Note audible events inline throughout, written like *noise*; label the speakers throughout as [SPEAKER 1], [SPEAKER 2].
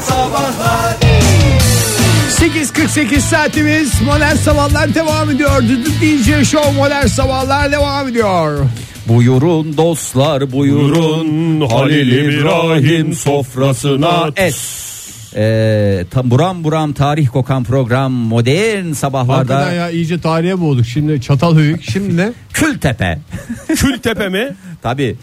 [SPEAKER 1] Sabahlar
[SPEAKER 2] 8.48 saatimiz Modern Sabahlar devam ediyor. Düdük DJ Show Modern Sabahlar devam ediyor.
[SPEAKER 3] Buyurun dostlar buyurun Halil İbrahim sofrasına es. Ee, tam buram buram tarih kokan program modern
[SPEAKER 4] Hakikaten
[SPEAKER 3] sabahlarda
[SPEAKER 4] ya iyice tarihe boğduk. Şimdi Çatalhöyük
[SPEAKER 3] *laughs*
[SPEAKER 4] şimdi de
[SPEAKER 3] Kültepe.
[SPEAKER 1] Kültepe mi?
[SPEAKER 3] Tabi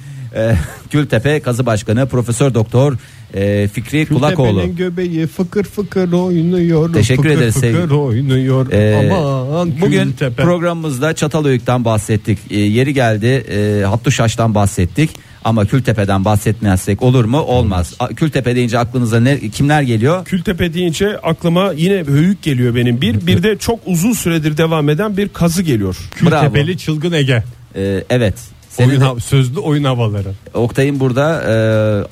[SPEAKER 3] Kültepe Kazı Başkanı Profesör Doktor e, Fikri Kulakoğlu.
[SPEAKER 4] Tepenin göbeği fıkır fıkır oynuyor.
[SPEAKER 3] Teşekkür
[SPEAKER 4] fıkır
[SPEAKER 3] ederiz
[SPEAKER 4] Fıkır
[SPEAKER 3] sevgili-
[SPEAKER 4] oynuyor.
[SPEAKER 3] Ee,
[SPEAKER 4] Aman
[SPEAKER 3] bugün
[SPEAKER 4] Kültepe.
[SPEAKER 3] programımızda Çatalhöyük'ten bahsettik. Ee, yeri geldi e, Hattuşaş'tan bahsettik. Ama Kültepe'den bahsetmezsek olur mu? Olmaz. A- Kültepe deyince aklınıza ne kimler geliyor?
[SPEAKER 1] Kültepe deyince aklıma yine höyük geliyor benim bir. Bir de çok uzun süredir devam eden bir kazı geliyor.
[SPEAKER 4] Kültepeli Çılgın Ege.
[SPEAKER 3] Ee, evet. Senin
[SPEAKER 4] Oyun, hav- sözlü oyun havaları.
[SPEAKER 3] Oktay'ın burada e,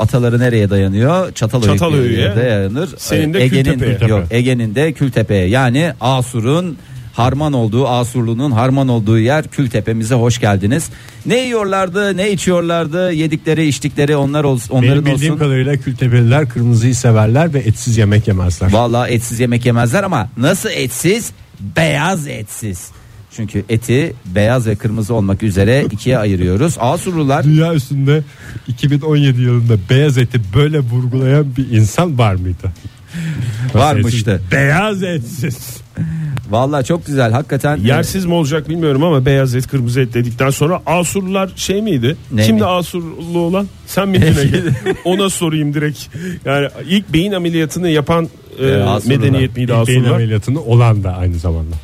[SPEAKER 3] ataları nereye dayanıyor? Çatalhöyük
[SPEAKER 1] Çatalhöyük'e.
[SPEAKER 3] diye dayanır.
[SPEAKER 1] Senin de
[SPEAKER 3] Ee, Ege'nin
[SPEAKER 1] Kültepe'ye.
[SPEAKER 3] yok Ege'nin de Kültepe'ye. Yani Asur'un harman olduğu Asurlu'nun harman olduğu yer Kültepe'mize hoş geldiniz. Ne yiyorlardı, ne içiyorlardı? Yedikleri, içtikleri onlar olsun,
[SPEAKER 4] Benim
[SPEAKER 3] onların
[SPEAKER 4] bildiğim
[SPEAKER 3] olsun.
[SPEAKER 4] kadarıyla Kültepeliler kırmızıyı severler ve etsiz yemek yemezler.
[SPEAKER 3] Vallahi etsiz yemek yemezler ama nasıl etsiz? Beyaz etsiz. Çünkü eti beyaz ve kırmızı olmak üzere ikiye ayırıyoruz. Asurlular
[SPEAKER 4] Dünya üstünde 2017 yılında beyaz eti böyle vurgulayan bir insan var mıydı?
[SPEAKER 3] varmıştı.
[SPEAKER 4] Beyaz etsiz.
[SPEAKER 3] Vallahi çok güzel hakikaten.
[SPEAKER 1] Yersiz mi olacak bilmiyorum ama beyaz et kırmızı et dedikten sonra Asurlular şey miydi?
[SPEAKER 3] Ne
[SPEAKER 1] Kimdi
[SPEAKER 3] mi?
[SPEAKER 1] Asurlu olan? Sen miydin Ege? Ona sorayım direkt. Yani ilk beyin ameliyatını yapan e,
[SPEAKER 3] Asurlular.
[SPEAKER 1] medeniyet miydi
[SPEAKER 4] Beyin
[SPEAKER 1] Asurlular?
[SPEAKER 4] ameliyatını olan da aynı zamanda.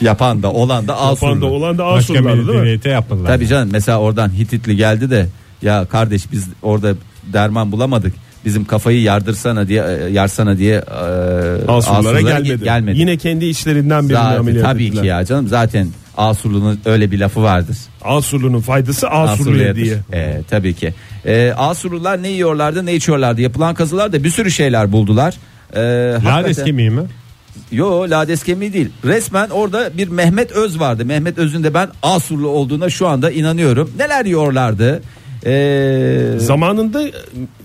[SPEAKER 3] Yapan da olan da
[SPEAKER 1] Yapan da
[SPEAKER 3] Asurlu.
[SPEAKER 1] olan da
[SPEAKER 4] Başka
[SPEAKER 1] Asurlulardı değil mi?
[SPEAKER 4] medeniyete yapmadılar.
[SPEAKER 3] Tabii canım mesela oradan Hititli geldi de ya kardeş biz orada derman bulamadık. Bizim kafayı yardırsana diye e, yarsana diye e,
[SPEAKER 1] Asurlulara
[SPEAKER 3] Asurlulara
[SPEAKER 1] gelmedi.
[SPEAKER 3] ge- gelmedi.
[SPEAKER 1] Yine kendi içlerinden birini
[SPEAKER 3] Zaten-
[SPEAKER 1] ameliyat
[SPEAKER 3] tabii
[SPEAKER 1] ettiler.
[SPEAKER 3] ki ya canım zaten Asurlu'nun öyle bir lafı vardır.
[SPEAKER 1] Asurlu'nun faydası Asurlu'ya
[SPEAKER 3] Asurlu'ya
[SPEAKER 1] diye.
[SPEAKER 3] E, tabii ki. E, Asurlular ne yiyorlardı ne içiyorlardı. Yapılan kazılarda bir sürü şeyler buldular. E,
[SPEAKER 4] Lades
[SPEAKER 3] hakikaten-
[SPEAKER 4] kemiği mi?
[SPEAKER 3] Yo lades kemiği değil. Resmen orada bir Mehmet Öz vardı. Mehmet Öz'ün de ben Asurlu olduğuna şu anda inanıyorum. Neler yiyorlardı? Ee,
[SPEAKER 1] Zamanında e,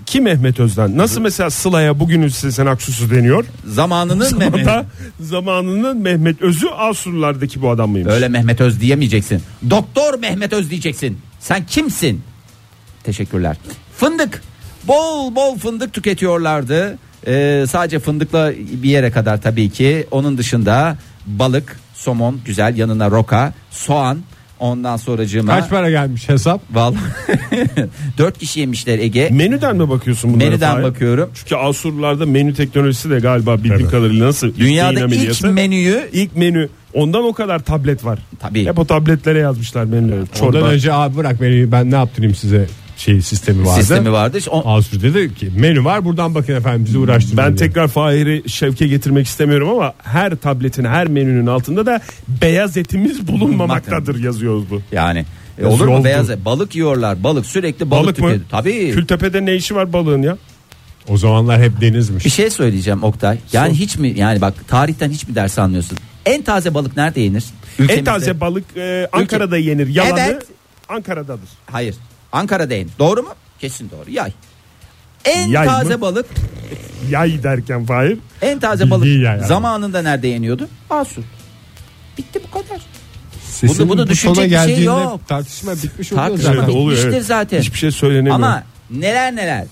[SPEAKER 1] ki Mehmet Özden nasıl mesela Sıla'ya bugünün Sezen Aksu'su
[SPEAKER 3] *laughs*
[SPEAKER 1] deniyor.
[SPEAKER 3] zamanının Mehmet.
[SPEAKER 1] Hatta zamanının Mehmet Özü Asurlulardaki bu adam mıymış?
[SPEAKER 3] Öyle Mehmet Öz diyemeyeceksin. Doktor Mehmet Öz diyeceksin. Sen kimsin? Teşekkürler. Fındık. Bol bol fındık tüketiyorlardı. Ee, sadece fındıkla bir yere kadar tabii ki. Onun dışında balık, somon güzel yanına roka, soğan. Ondan sonracığıma
[SPEAKER 4] Kaç para gelmiş hesap?
[SPEAKER 3] Vallahi *laughs* dört kişi yemişler Ege.
[SPEAKER 1] Menüden mi bakıyorsun bunlara?
[SPEAKER 3] Menüden
[SPEAKER 1] Fahir?
[SPEAKER 3] bakıyorum.
[SPEAKER 1] Çünkü Asurlularda menü teknolojisi de galiba bildiğim kadarıyla nasıl? beyin
[SPEAKER 3] Dünyada ilk
[SPEAKER 1] ameliyatı?
[SPEAKER 3] menüyü
[SPEAKER 1] ilk menü. Ondan o kadar tablet var.
[SPEAKER 3] Tabii.
[SPEAKER 1] Hep o tabletlere yazmışlar menüleri.
[SPEAKER 4] Ondan
[SPEAKER 1] Çorba.
[SPEAKER 4] önce abi bırak beni ben ne yaptırayım size şey sistemi
[SPEAKER 3] *laughs*
[SPEAKER 4] vardı.
[SPEAKER 3] sistemi vardı. İşte o-
[SPEAKER 4] Asur dedi ki menü var buradan bakın efendim bizi uğraştırmayın.
[SPEAKER 1] Ben tekrar Fahir'i şevke getirmek istemiyorum ama her tabletin her menünün altında da beyaz etimiz bulunmamaktadır yazıyordu.
[SPEAKER 3] Yani e,
[SPEAKER 1] Yazıyor
[SPEAKER 3] olur mu
[SPEAKER 1] oldu.
[SPEAKER 3] beyaz et? balık yiyorlar. Balık sürekli balık,
[SPEAKER 1] Balık mı?
[SPEAKER 3] tüketiyor. Tabii.
[SPEAKER 1] Kültepe'de ne işi var balığın ya?
[SPEAKER 4] O zamanlar hep denizmiş.
[SPEAKER 3] Bir şey söyleyeceğim Oktay. Yani hiç mi yani bak tarihten hiç mi ders anlıyorsun? En taze balık nerede yenir?
[SPEAKER 1] En taze balık e, Ankara'da yenir. Yalanı
[SPEAKER 3] Evet.
[SPEAKER 1] Ankara'dadır.
[SPEAKER 3] Hayır. Ankara'da yenir. Doğru mu? Kesin doğru. Yay. En
[SPEAKER 1] Yay mı?
[SPEAKER 3] taze balık,
[SPEAKER 1] Yay derken Fahir.
[SPEAKER 3] en taze
[SPEAKER 4] Bildiği
[SPEAKER 3] balık
[SPEAKER 4] yay abi.
[SPEAKER 3] zamanında nerede yeniyordu? Asur. Bitti bu kadar.
[SPEAKER 4] Sesinin
[SPEAKER 3] bunu
[SPEAKER 4] bu
[SPEAKER 3] düşünecek
[SPEAKER 4] tona
[SPEAKER 3] bir şey
[SPEAKER 4] geldiğinde
[SPEAKER 3] yok.
[SPEAKER 4] Tartışma bitmiş oluyor
[SPEAKER 3] Tartışma
[SPEAKER 4] zaten.
[SPEAKER 1] Evet, oluyor,
[SPEAKER 3] bitmiştir
[SPEAKER 1] evet.
[SPEAKER 3] zaten.
[SPEAKER 1] Hiçbir şey söylenemiyor.
[SPEAKER 3] Ama neler neler.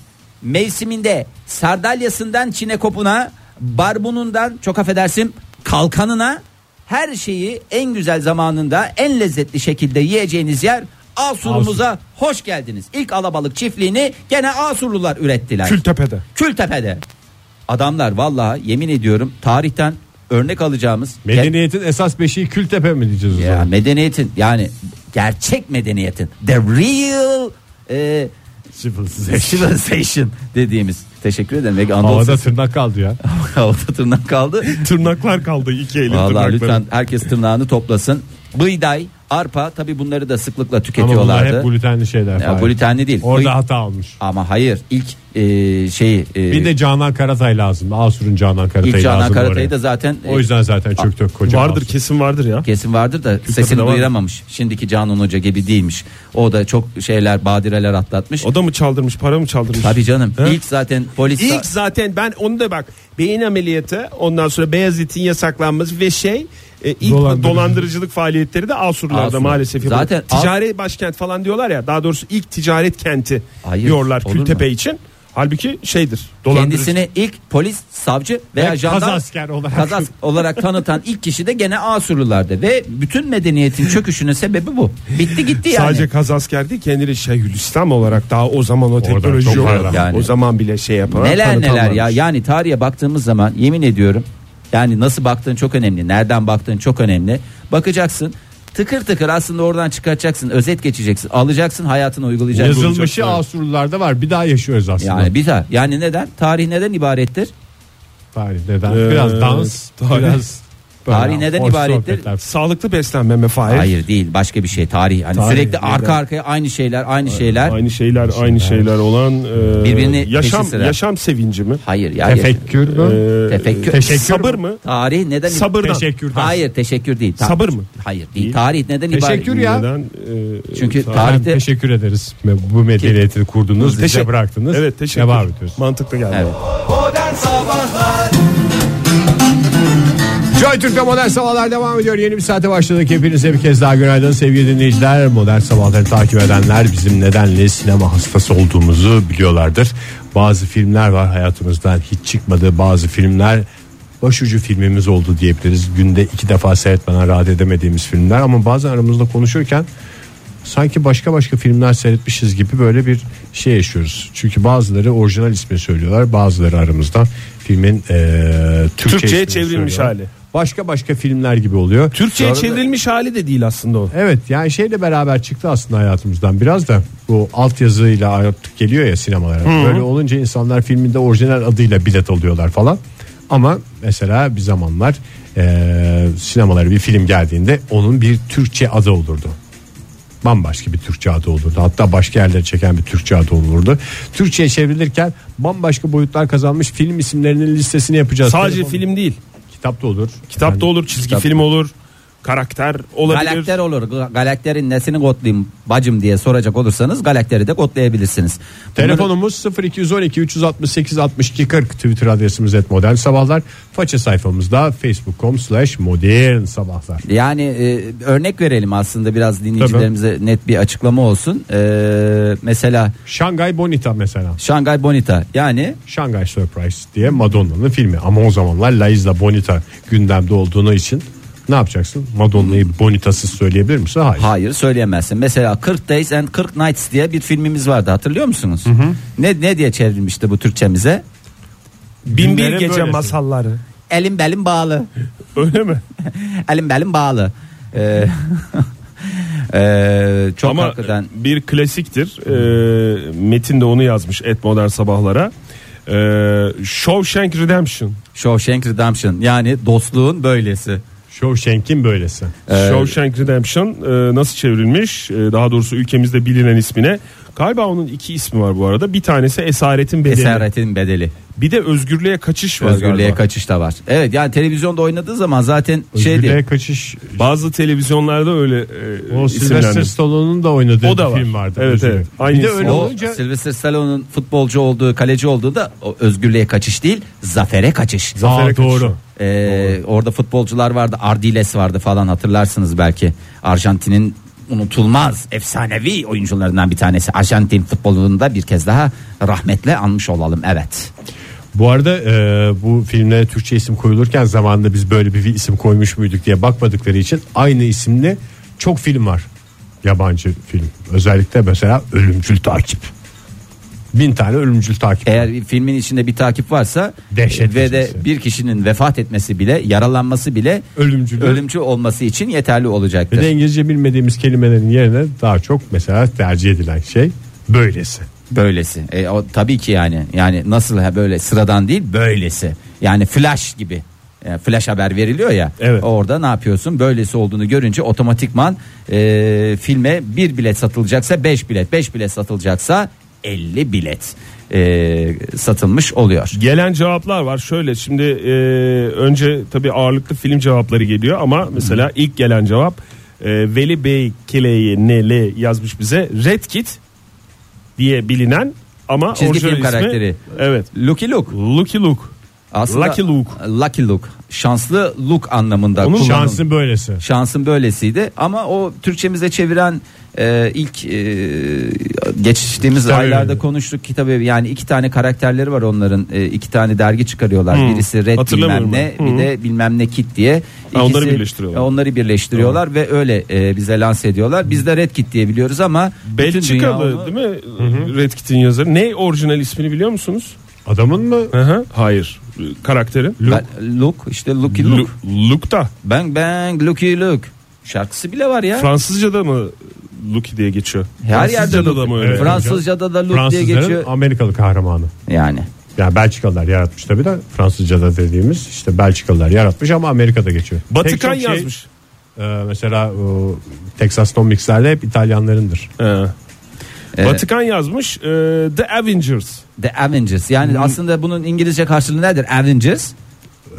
[SPEAKER 3] Mevsiminde sardalyasından çinekopuna, barbunundan çok affedersin kalkanına her şeyi en güzel zamanında en lezzetli şekilde yiyeceğiniz yer Asur'umuza hoş geldiniz. İlk alabalık çiftliğini gene Asurlular ürettiler.
[SPEAKER 1] Kültepe'de.
[SPEAKER 3] Kültepe'de. Adamlar vallahi yemin ediyorum tarihten örnek alacağımız
[SPEAKER 4] Medeniyetin esas beşiği Kültepe mi diyeceğiz o
[SPEAKER 3] ya
[SPEAKER 4] zaman?
[SPEAKER 3] medeniyetin yani gerçek medeniyetin the real e, civilization dediğimiz. Teşekkür ederim. Belki Anadolu
[SPEAKER 4] Havada
[SPEAKER 3] sesi-
[SPEAKER 4] tırnak kaldı ya.
[SPEAKER 3] havada
[SPEAKER 4] *laughs*
[SPEAKER 3] tırnak kaldı.
[SPEAKER 1] *laughs* Tırnaklar kaldı iki elin
[SPEAKER 3] Vallahi
[SPEAKER 1] tırnakları.
[SPEAKER 3] lütfen herkes tırnağını toplasın. Bıyday arpa tabi bunları da sıklıkla
[SPEAKER 4] Ama bunlar
[SPEAKER 3] tüketiyorlardı.
[SPEAKER 4] hep glutenli şeyler.
[SPEAKER 3] Ya,
[SPEAKER 4] Fahir.
[SPEAKER 3] glutenli değil.
[SPEAKER 4] Orada
[SPEAKER 3] Kıy-
[SPEAKER 4] hata olmuş.
[SPEAKER 3] Ama hayır ilk e, şeyi e,
[SPEAKER 4] Bir de Canan Karatay lazım. Asur'un Canan Karatay'ı
[SPEAKER 3] ilk Canan
[SPEAKER 4] lazım
[SPEAKER 3] Karatay'ı
[SPEAKER 4] oraya.
[SPEAKER 3] da zaten e,
[SPEAKER 4] O yüzden zaten çöktü koca.
[SPEAKER 1] Vardır
[SPEAKER 4] Asur.
[SPEAKER 1] kesin vardır ya.
[SPEAKER 3] kesin vardır da
[SPEAKER 1] tadı
[SPEAKER 3] sesini
[SPEAKER 1] da var.
[SPEAKER 3] duyuramamış. Şimdiki Canan Hoca gibi değilmiş. O da çok şeyler badireler atlatmış.
[SPEAKER 1] O da mı çaldırmış para mı çaldırmış?
[SPEAKER 3] Tabii canım.
[SPEAKER 1] He?
[SPEAKER 3] İlk zaten polis
[SPEAKER 1] İlk zaten ben onu da bak beyin ameliyatı ondan sonra beyaz etin yasaklanması ve şey e, ilk
[SPEAKER 4] Dolandırıcılık.
[SPEAKER 1] dolandırıcılık, faaliyetleri de Asurlarda
[SPEAKER 3] Asur.
[SPEAKER 1] maalesef yapılıyor.
[SPEAKER 3] Zaten As-
[SPEAKER 1] ticari başkent falan diyorlar ya daha doğrusu ilk ticaret kenti
[SPEAKER 3] Hayır,
[SPEAKER 1] diyorlar
[SPEAKER 3] olur
[SPEAKER 1] Kültepe
[SPEAKER 3] mu?
[SPEAKER 1] için. Halbuki şeydir dolandırıcı.
[SPEAKER 3] kendisini ilk polis, savcı veya
[SPEAKER 4] Ve
[SPEAKER 3] jandarma
[SPEAKER 4] kazasker olarak.
[SPEAKER 3] kazas olarak tanıtan ilk kişi de gene Asurlulardı ve bütün medeniyetin çöküşünün sebebi bu. Bitti gitti yani.
[SPEAKER 1] Sadece kazasker değil kendini Şeyhülislam olarak daha o zaman o teknoloji
[SPEAKER 4] çok
[SPEAKER 1] yok.
[SPEAKER 4] parlak.
[SPEAKER 3] Yani.
[SPEAKER 1] O zaman bile şey yapan
[SPEAKER 3] Neler neler ya yani tarihe baktığımız zaman yemin ediyorum yani nasıl baktığın çok önemli nereden baktığın çok önemli bakacaksın tıkır tıkır aslında oradan çıkartacaksın özet geçeceksin alacaksın hayatına uygulayacaksın.
[SPEAKER 4] Yazılmışı Asurlularda var. Bir daha yaşıyoruz aslında.
[SPEAKER 3] Yani bir daha yani neden tarih neden ibarettir
[SPEAKER 4] Tarih neden?
[SPEAKER 1] Ee,
[SPEAKER 4] Biraz dans,
[SPEAKER 1] tarih-
[SPEAKER 4] biraz
[SPEAKER 3] Tarih neden
[SPEAKER 4] hoş
[SPEAKER 3] ibarettir?
[SPEAKER 4] sohbetler.
[SPEAKER 1] Sağlıklı beslenme mi Fahir?
[SPEAKER 3] hayır değil başka bir şey tarih hani
[SPEAKER 1] Tarih,
[SPEAKER 3] sürekli
[SPEAKER 1] neden?
[SPEAKER 3] arka arkaya aynı şeyler aynı şeyler
[SPEAKER 1] Aynı şeyler aynı şeyler olan e,
[SPEAKER 3] Birbirini
[SPEAKER 1] yaşam
[SPEAKER 3] peşi sıra.
[SPEAKER 1] yaşam sevinci mi?
[SPEAKER 3] hayır Ee, ya
[SPEAKER 4] Tefekkür mü?
[SPEAKER 1] E,
[SPEAKER 3] Tefekkür.
[SPEAKER 1] e,
[SPEAKER 4] Teşekkür
[SPEAKER 1] sabır
[SPEAKER 4] mü?
[SPEAKER 1] mı?
[SPEAKER 3] tarih neden
[SPEAKER 1] Sabırdan.
[SPEAKER 4] Teşekkürden.
[SPEAKER 3] hayır teşekkür değil Ta-
[SPEAKER 1] Sabır mı?
[SPEAKER 3] hayır değil tarih neden ibaret
[SPEAKER 4] Teşekkür ya.
[SPEAKER 1] Neden? E,
[SPEAKER 3] çünkü
[SPEAKER 1] sağ-
[SPEAKER 4] Efendim,
[SPEAKER 3] tarihte
[SPEAKER 4] Ee, teşekkür ederiz. Bu medeniyeti kurdunuz, bize
[SPEAKER 1] Teşekkür-
[SPEAKER 4] bıraktınız.
[SPEAKER 1] Evet teşekkür.
[SPEAKER 4] Devam ediyoruz.
[SPEAKER 1] Mantıklı geldi.
[SPEAKER 3] evet.
[SPEAKER 4] Joy Türk'te Modern Sabahlar devam ediyor. Yeni bir saate başladık. Hepinize bir kez daha günaydın sevgili dinleyiciler. Modern Sabahları takip edenler bizim nedenle sinema hastası olduğumuzu biliyorlardır. Bazı filmler var hayatımızdan hiç çıkmadığı bazı filmler başucu filmimiz oldu diyebiliriz. Günde iki defa seyretmeden rahat edemediğimiz filmler ama bazen aramızda konuşurken sanki başka başka filmler seyretmişiz gibi böyle bir şey yaşıyoruz. Çünkü bazıları orijinal ismi söylüyorlar bazıları aramızdan filmin eee Türkçe
[SPEAKER 1] Türkçe'ye
[SPEAKER 4] ismini
[SPEAKER 1] çevrilmiş
[SPEAKER 4] söylüyorlar.
[SPEAKER 1] hali.
[SPEAKER 4] Başka başka filmler gibi oluyor.
[SPEAKER 1] Türkçe'ye
[SPEAKER 4] Sonra-
[SPEAKER 1] çevrilmiş hali de değil aslında o.
[SPEAKER 4] Evet yani şeyle beraber çıktı aslında hayatımızdan biraz da bu altyazıyla artık geliyor ya sinemalara. Böyle olunca insanlar filminde orijinal adıyla bilet alıyorlar falan. Ama mesela bir zamanlar eee sinemalara bir film geldiğinde onun bir Türkçe adı olurdu bambaşka bir Türkçe adı olurdu. Hatta başka yerlere çeken bir Türkçe adı olurdu. Türkçe'ye çevrilirken bambaşka boyutlar kazanmış film isimlerinin listesini yapacağız.
[SPEAKER 1] Sadece
[SPEAKER 4] Telefon-
[SPEAKER 1] film değil.
[SPEAKER 4] Kitap da olur.
[SPEAKER 1] Kitap da
[SPEAKER 4] Yani
[SPEAKER 1] olur, çizgi
[SPEAKER 3] kitap-
[SPEAKER 1] film olur, karakter olabilir.
[SPEAKER 3] Galakter olur. Ga- Galakterin nesini kodlayayım bacım diye soracak olursanız galakteri de kodlayabilirsiniz. Bunları-
[SPEAKER 4] Telefonumuz 0212 368 62 40 Twitter adresimiz et modern sabahlar. Faça sayfamızda facebook.com slash modern sabahlar.
[SPEAKER 3] yani e, örnek verelim aslında biraz dinleyicilerimize net bir açıklama olsun. E, mesela
[SPEAKER 4] Şangay Bonita mesela.
[SPEAKER 3] Şangay Bonita yani
[SPEAKER 4] Şangay Surprise diye Madonna'nın filmi. Ama o zamanlar La Isla Bonita gündemde olduğuna için ne yapacaksın? Madonna'yı Bonitasız söyleyebilir misin? Hayır.
[SPEAKER 3] hayır söyleyemezsin. Mesela 40 Days and 40 Nights diye bir filmimiz vardı hatırlıyor musunuz? Ne ne diye çevrilmişti bu Türkçemize?
[SPEAKER 1] Bin bir
[SPEAKER 4] Günlerin
[SPEAKER 1] gece
[SPEAKER 4] böylesi.
[SPEAKER 1] masalları.
[SPEAKER 3] Elim belim bağlı.
[SPEAKER 1] *laughs* Öyle mi?
[SPEAKER 3] Elim belim bağlı. *laughs* E, e, çok
[SPEAKER 1] Ama
[SPEAKER 3] hakikaten
[SPEAKER 1] bir klasiktir. Ee, Metin de onu yazmış et modern sabahlara. Ee, Shawshank Redemption.
[SPEAKER 3] Shawshank Redemption yani dostluğun böylesi.
[SPEAKER 4] Shawshank'in böylesi.
[SPEAKER 3] Ee,
[SPEAKER 1] Shawshank Redemption e, nasıl çevrilmiş? E, daha doğrusu ülkemizde bilinen ismine. Galiba onun iki ismi var bu arada. Bir tanesi Esaretin Bedeli.
[SPEAKER 3] Esaretin bedeli.
[SPEAKER 1] Bir de Özgürlüğe Kaçış var
[SPEAKER 3] Özgürlüğe
[SPEAKER 1] galiba.
[SPEAKER 3] kaçış da var. Evet yani televizyonda oynadığı zaman zaten
[SPEAKER 1] Şey
[SPEAKER 3] şey
[SPEAKER 4] Özgürlüğe
[SPEAKER 3] şeydi.
[SPEAKER 4] kaçış.
[SPEAKER 1] Bazı televizyonlarda öyle e,
[SPEAKER 4] O Sylvester
[SPEAKER 1] isimlendi.
[SPEAKER 4] Stallone'un da oynadığı
[SPEAKER 1] O da
[SPEAKER 4] bir
[SPEAKER 1] var.
[SPEAKER 4] film vardı.
[SPEAKER 1] Evet,
[SPEAKER 4] Özgürlüğe.
[SPEAKER 1] evet. Aynı
[SPEAKER 4] bir de
[SPEAKER 1] isim.
[SPEAKER 4] öyle
[SPEAKER 3] O
[SPEAKER 4] olunca
[SPEAKER 3] Sylvester Stallone'un futbolcu olduğu, kaleci olduğu da o özgürlüğe kaçış değil, zafere kaçış.
[SPEAKER 4] Aa,
[SPEAKER 1] Zafere
[SPEAKER 4] doğru.
[SPEAKER 3] Ee, orada futbolcular vardı, Ardiles vardı falan hatırlarsınız belki. Arjantin'in unutulmaz efsanevi oyuncularından bir tanesi. Arjantin futbolunda bir kez daha rahmetle anmış olalım. Evet.
[SPEAKER 4] Bu arada e, bu filmlere Türkçe isim koyulurken zamanında biz böyle bir isim koymuş muyduk diye bakmadıkları için aynı isimli çok film var. Yabancı film. Özellikle mesela Ölümcül Takip. Bin tane ölümcül takip.
[SPEAKER 3] Eğer filmin içinde bir takip varsa
[SPEAKER 4] Dehşet
[SPEAKER 3] ve de
[SPEAKER 4] kesinlikle.
[SPEAKER 3] bir kişinin vefat etmesi bile, yaralanması bile
[SPEAKER 4] Ölümcül.
[SPEAKER 3] ölümcül olması için yeterli
[SPEAKER 4] Bir
[SPEAKER 3] olacaktır.
[SPEAKER 4] de İngilizce bilmediğimiz kelimelerin yerine daha çok mesela tercih edilen şey böylesi.
[SPEAKER 3] Böylesi. E, o, tabii ki yani. Yani nasıl ha böyle sıradan değil, böylesi. Yani flash gibi. E, yani flash haber veriliyor ya.
[SPEAKER 1] Evet.
[SPEAKER 3] Orada ne yapıyorsun? Böylesi olduğunu görünce otomatikman e, filme bir bilet satılacaksa 5 bilet, 5 bilet satılacaksa 50 bilet e, satılmış oluyor.
[SPEAKER 1] Gelen cevaplar var. Şöyle şimdi e, önce tabii ağırlıklı film cevapları geliyor ama mesela ilk gelen cevap e, Veli Bey Kile'yi Nele yazmış bize. Red Kit diye bilinen ama
[SPEAKER 3] Çizgi
[SPEAKER 1] orijinal
[SPEAKER 3] film
[SPEAKER 1] ismi-
[SPEAKER 3] karakteri.
[SPEAKER 1] Evet.
[SPEAKER 3] Lucky Luke.
[SPEAKER 1] Lucky Luke.
[SPEAKER 3] Aslında
[SPEAKER 1] Lucky Luke.
[SPEAKER 3] Lucky Luke. Şanslı Luke anlamında
[SPEAKER 1] Onun
[SPEAKER 3] kullanılmış.
[SPEAKER 4] Şansın böylesi.
[SPEAKER 3] Şansın böylesiydi ama o Türkçemize çeviren e, ilk e, geçtiğimiz
[SPEAKER 4] Kitap
[SPEAKER 3] aylarda
[SPEAKER 4] evi.
[SPEAKER 3] konuştuk kitabı yani iki tane karakterleri var onların E, iki tane dergi çıkarıyorlar
[SPEAKER 1] Hmm.
[SPEAKER 3] birisi Red
[SPEAKER 1] Hatırlamıyorum
[SPEAKER 3] bilmem ne
[SPEAKER 1] ben.
[SPEAKER 3] bir
[SPEAKER 1] Hı.
[SPEAKER 3] de bilmem ne Kit diye
[SPEAKER 1] Ha, onları
[SPEAKER 3] İkisi-
[SPEAKER 1] birleştiriyorlar.
[SPEAKER 3] e, onları birleştiriyorlar ve öyle e, bize lanse ediyorlar biz de Red Kit diye biliyoruz ama bütün dünya onu-
[SPEAKER 1] Belçikalı değil mi? Red Kit'in yazarı. Ne orijinal ismini biliyor musunuz?
[SPEAKER 4] Adamın mı?
[SPEAKER 1] Hı-hı. Hayır. E, Karakteri.
[SPEAKER 3] Ben- Luke işte Lucky
[SPEAKER 1] Lu-
[SPEAKER 3] Luke.
[SPEAKER 1] Luke da.
[SPEAKER 3] Bang bang Lucky Luke. Şarkısı bile var ya.
[SPEAKER 1] Fransızca'da mı Lucky diye geçiyor?
[SPEAKER 3] Her yerde
[SPEAKER 1] Fransızca'da da
[SPEAKER 3] Luke.
[SPEAKER 1] mı öyle?
[SPEAKER 4] Evet.
[SPEAKER 3] Fransızca'da da Luke diye
[SPEAKER 4] Fransızların
[SPEAKER 3] geçiyor.
[SPEAKER 4] Amerikalı kahramanı.
[SPEAKER 3] Yani.
[SPEAKER 4] Yani Belçikalılar yaratmış tabii de Fransızca'da dediğimiz işte Belçikalılar yaratmış ama Amerika'da geçiyor.
[SPEAKER 1] Batıkan
[SPEAKER 4] Pek çok şey,
[SPEAKER 1] yazmış.
[SPEAKER 4] e, mesela o, Texas Tom Mix'lerde hep İtalyanlarındır.
[SPEAKER 1] He.
[SPEAKER 3] Ee,
[SPEAKER 1] Vatikan yazmış e, The Avengers.
[SPEAKER 3] The Avengers. Yani
[SPEAKER 1] Hmm.
[SPEAKER 3] aslında bunun İngilizce karşılığı nedir? Avengers.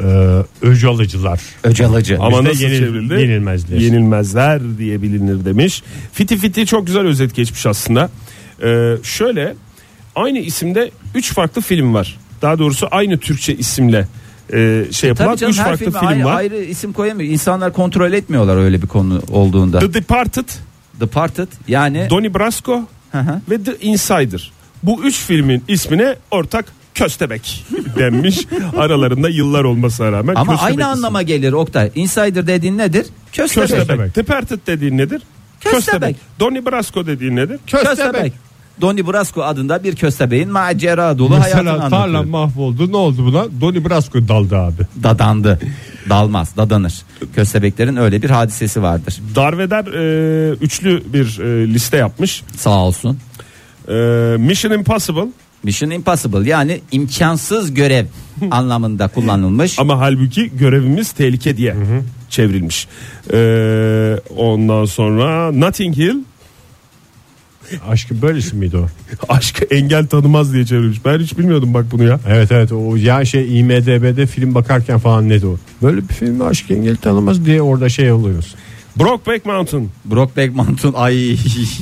[SPEAKER 4] E, öcü alıcılar.
[SPEAKER 3] Öcalıcı.
[SPEAKER 1] Ama
[SPEAKER 4] Bizde
[SPEAKER 1] nasıl
[SPEAKER 4] yenil-
[SPEAKER 1] çevrildi?
[SPEAKER 4] yenilmezler.
[SPEAKER 1] Yenilmezler diye bilinir demiş. Fiti Fiti çok güzel özet geçmiş aslında. E, şöyle aynı isimde 3 farklı film var. Daha doğrusu aynı Türkçe isimle e, şey yapılan
[SPEAKER 3] Tabii
[SPEAKER 1] 3
[SPEAKER 3] canım her
[SPEAKER 1] farklı
[SPEAKER 3] filme
[SPEAKER 1] film
[SPEAKER 3] ayrı,
[SPEAKER 1] var.
[SPEAKER 3] ayrı isim koyamıyor. İnsanlar kontrol etmiyorlar öyle bir konu olduğunda.
[SPEAKER 1] The Departed,
[SPEAKER 3] Departed yani
[SPEAKER 1] Donnie Brasco
[SPEAKER 3] Hı hı.
[SPEAKER 1] ve The Insider. Bu üç filmin ismine ortak Köstebek *laughs* denmiş. Aralarında yıllar olmasına rağmen
[SPEAKER 3] ama
[SPEAKER 1] Köstebek
[SPEAKER 3] aynı
[SPEAKER 1] ismi.
[SPEAKER 3] anlama gelir Oktay. Insider dediğin nedir? Köstebek. Köstebek.
[SPEAKER 1] Köstebek. Departed dediğin nedir?
[SPEAKER 3] Köstebek.
[SPEAKER 1] Donnie Brasco dediğin nedir?
[SPEAKER 3] Donnie Brasco adında bir köstebeğin macera dolu hayatını
[SPEAKER 4] Mesela tarla
[SPEAKER 3] anlatıyor.
[SPEAKER 4] mahvoldu ne oldu buna? Donnie Brasco daldı abi.
[SPEAKER 3] Dadandı. Dalmaz, dadanır. Köstebeklerin öyle bir hadisesi vardır.
[SPEAKER 1] Darveder e, üçlü bir e, liste yapmış.
[SPEAKER 3] Sağ olsun.
[SPEAKER 1] E, Mission Impossible
[SPEAKER 3] Mission Impossible yani imkansız görev *laughs* anlamında kullanılmış.
[SPEAKER 1] ama halbuki görevimiz tehlike diye çevrilmiş. E, ondan sonra Notting Hill
[SPEAKER 4] Aşkı böylesi miydi o?
[SPEAKER 1] *laughs* aşkı engel tanımaz diye çevrilmiş. Ben hiç bilmiyordum bak bunu ya.
[SPEAKER 4] Evet evet o ya şey IMDB'de film bakarken falan neydi o? Böyle bir filmi aşk engel tanımaz diye orada şey oluyorsun.
[SPEAKER 1] Brokeback Mountain.
[SPEAKER 3] Brokeback Mountain ay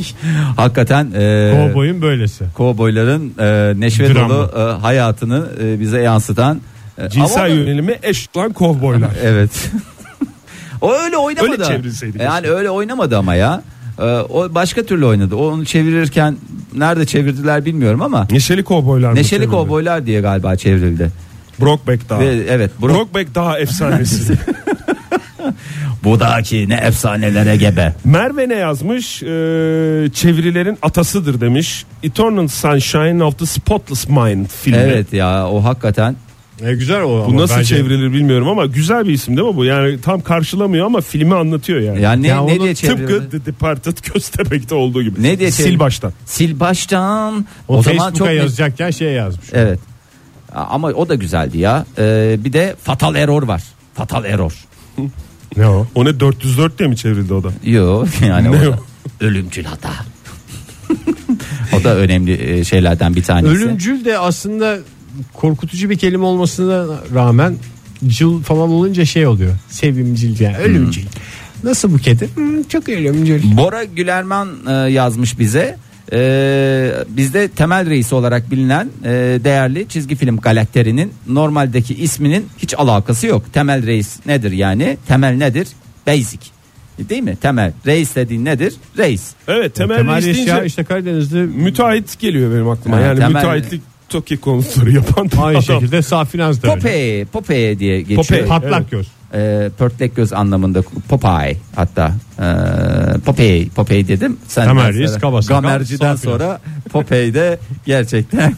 [SPEAKER 3] *laughs* hakikaten e,
[SPEAKER 4] Cowboy'un böylesi.
[SPEAKER 3] kovboyların e, neşve
[SPEAKER 4] Dram.
[SPEAKER 3] dolu e, hayatını e, bize yansıtan e,
[SPEAKER 1] Cinsel
[SPEAKER 3] ama-
[SPEAKER 1] yönelimi eş olan kovboylar.
[SPEAKER 4] *laughs*
[SPEAKER 3] Evet. *laughs* o öyle oynamadı.
[SPEAKER 1] Öyle çevrilseydi
[SPEAKER 3] Yani öyle oynamadı ama ya. E, o başka türlü oynadı. O onu çevirirken nerede çevirdiler bilmiyorum ama
[SPEAKER 1] Neşeli kovboylar. mı
[SPEAKER 3] Neşeli
[SPEAKER 1] çevrildi?
[SPEAKER 3] Kovboylar diye galiba çevrildi.
[SPEAKER 1] Brokeback daha.
[SPEAKER 3] Ve, evet. Bro-
[SPEAKER 1] Brokeback daha *laughs* efsanesi.
[SPEAKER 3] Bu daki ne efsanelere gebe.
[SPEAKER 1] Merve ne yazmış? Ee, çevirilerin atasıdır demiş. Eternal Sunshine of the Spotless Mind filmi.
[SPEAKER 3] Evet ya o hakikaten
[SPEAKER 4] E, güzel o
[SPEAKER 1] Bu
[SPEAKER 4] ama
[SPEAKER 1] nasıl
[SPEAKER 4] bence.
[SPEAKER 1] çevrilir bilmiyorum ama güzel bir isim değil mi bu? Yani tam karşılamıyor ama filmi anlatıyor yani.
[SPEAKER 3] yani ne,
[SPEAKER 4] Ya
[SPEAKER 3] ne
[SPEAKER 4] onun
[SPEAKER 3] diye
[SPEAKER 1] Tıpkı
[SPEAKER 3] çevrildi?
[SPEAKER 1] The Departed Köstebek'te olduğu gibi.
[SPEAKER 3] Ne diye
[SPEAKER 1] Sil
[SPEAKER 3] çevrildi?
[SPEAKER 1] baştan.
[SPEAKER 3] Sil baştan.
[SPEAKER 4] O, Facebook'a
[SPEAKER 3] net-
[SPEAKER 4] yazacakken şey yazmış.
[SPEAKER 3] Evet. A- Ama o da güzeldi ya. Ee, bir de Fatal Error var. Fatal Error.
[SPEAKER 4] Ne o?
[SPEAKER 1] O ne 404 diye mi çevrildi o da?
[SPEAKER 3] Yo *laughs* yani o
[SPEAKER 1] Ne
[SPEAKER 3] da
[SPEAKER 1] o?
[SPEAKER 3] ölümcül hata. *laughs* o da önemli e, şeylerden bir tanesi.
[SPEAKER 4] Ölümcül de aslında korkutucu bir kelime olmasına rağmen cıl falan olunca şey oluyor. Sevimcil yani ölümcül. Nasıl bu kedi? Hmm, çok ölümcül.
[SPEAKER 3] Bora Gülerman e, yazmış bize. E, bizde temel reisi olarak bilinen e, değerli çizgi film karakterinin normaldeki isminin hiç alakası yok. Temel reis nedir yani? Temel nedir? Basic. Değil mi? Temel. Reis dediğin nedir? Reis.
[SPEAKER 1] Evet temel,
[SPEAKER 4] Temel
[SPEAKER 1] reis deyince
[SPEAKER 4] Eşya işte Karadeniz'de
[SPEAKER 1] müteahhit geliyor benim aklıma.
[SPEAKER 3] Ha,
[SPEAKER 1] yani
[SPEAKER 3] temel-
[SPEAKER 1] müteahhitlik TOKİ konutları yapan
[SPEAKER 4] aynı
[SPEAKER 1] adam.
[SPEAKER 4] şekilde Safinaz da öyle. Şey,
[SPEAKER 3] Popeye, Popeye diye geçiyor.
[SPEAKER 1] Popeye.
[SPEAKER 4] Patlak
[SPEAKER 1] Evet.
[SPEAKER 4] göz.
[SPEAKER 3] E, pörtlek göz anlamında Popeye hatta e, Popeye Popeye dedim. Sen
[SPEAKER 4] Gamer reis, kabasakal,
[SPEAKER 3] Gamerci'den
[SPEAKER 4] sağ filan.
[SPEAKER 3] sonra Popey'de gerçekten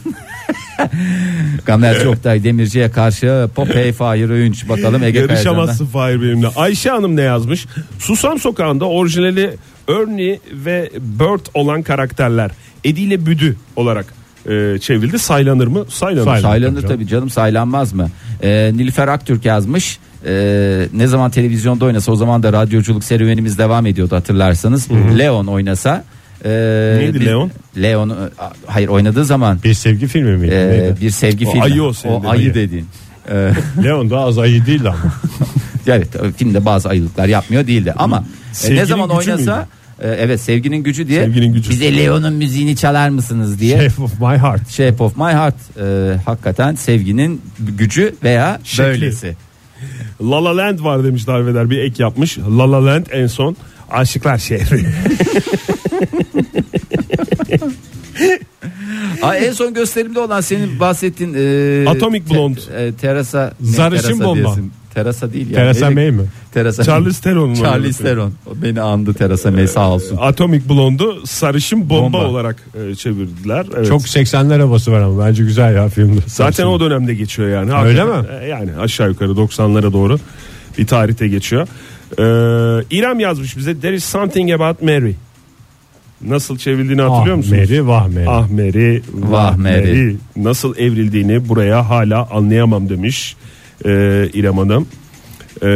[SPEAKER 3] *laughs* Gamerci Oktay Demirci'ye karşı Popeye Fahir Öğünç bakalım Ege Kayacan'dan.
[SPEAKER 1] Yarışamazsın Fahir benimle. Ayşe Hanım ne yazmış? Susam Sokağı'nda orijinali Ernie ve Bert olan karakterler Eddie ile Büdü olarak e, çevrildi. Saylanır mı? Saylanır.
[SPEAKER 4] Saylanır.
[SPEAKER 3] Saylanır tabii canım saylanmaz mı? E, Nilüfer Ee, Aktürk yazmış. Ee, ne zaman televizyonda oynasa o zaman da radyoculuk serüvenimiz devam ediyordu hatırlarsanız. Leon oynasa. ee,
[SPEAKER 1] Neydi Leon?
[SPEAKER 3] Leon e, hayır oynadığı zaman
[SPEAKER 4] Bir sevgi filmi miydi?
[SPEAKER 3] ee,
[SPEAKER 4] Neydi?
[SPEAKER 3] bir sevgi
[SPEAKER 1] O
[SPEAKER 3] filmi.
[SPEAKER 1] ayı o senin
[SPEAKER 3] o
[SPEAKER 1] dediğin.
[SPEAKER 3] ayı dediğin. Ee,
[SPEAKER 4] Leon da az ayı değil ama.
[SPEAKER 3] evet filmde bazı ayılıklar yapmıyor değildi ama e,
[SPEAKER 1] Sevginin
[SPEAKER 3] ne zaman
[SPEAKER 1] gücü
[SPEAKER 3] oynasa
[SPEAKER 1] müydü?
[SPEAKER 3] e, evet sevginin gücü diye
[SPEAKER 1] Sevginin gücü. Şey-
[SPEAKER 3] bize Leon'un müziğini çalar mısınız diye
[SPEAKER 4] Shape of my heart.
[SPEAKER 3] Shape of My Heart e, hakikaten sevginin gücü veya
[SPEAKER 1] Şekli.
[SPEAKER 3] böylesi.
[SPEAKER 1] La La Land var demiş Darveder bir ek yapmış. La La Land en son Aşıklar Şehri. *laughs*
[SPEAKER 3] Aa, en son gösterimde olan senin bahsettiğin e,
[SPEAKER 1] Atomic Blonde.
[SPEAKER 3] e, Terasa ne
[SPEAKER 4] Zarışın
[SPEAKER 3] Terasa
[SPEAKER 4] bomba.
[SPEAKER 3] diyesin? Terasa değil ya.
[SPEAKER 4] Teresa
[SPEAKER 3] Neydi?
[SPEAKER 4] May mi?
[SPEAKER 3] Terasa
[SPEAKER 1] Charles Theron'un
[SPEAKER 3] Charles
[SPEAKER 1] oynadığı.
[SPEAKER 3] Theron. O Beni andı Terasa May sağ olsun.
[SPEAKER 1] Atomic Blonde'u sarışın bomba,
[SPEAKER 3] Bomba.
[SPEAKER 1] olarak e, çevirdiler. Evet.
[SPEAKER 4] Çok 80'ler havası var ama bence güzel ya filmde.
[SPEAKER 1] Zaten o dönemde geçiyor yani.
[SPEAKER 4] Öyle
[SPEAKER 1] mi? Yani aşağı yukarı 90'lara doğru bir tarihte geçiyor. Ee, İrem yazmış bize There is something about Mary. Nasıl çevrildiğini hatırlıyor
[SPEAKER 4] ah,
[SPEAKER 1] musunuz?
[SPEAKER 4] Mary, vah Mary.
[SPEAKER 1] Ah Mary,
[SPEAKER 3] Vah Mary.
[SPEAKER 1] Nasıl evrildiğini buraya hala anlayamam demiş e, İrem Hanım. E,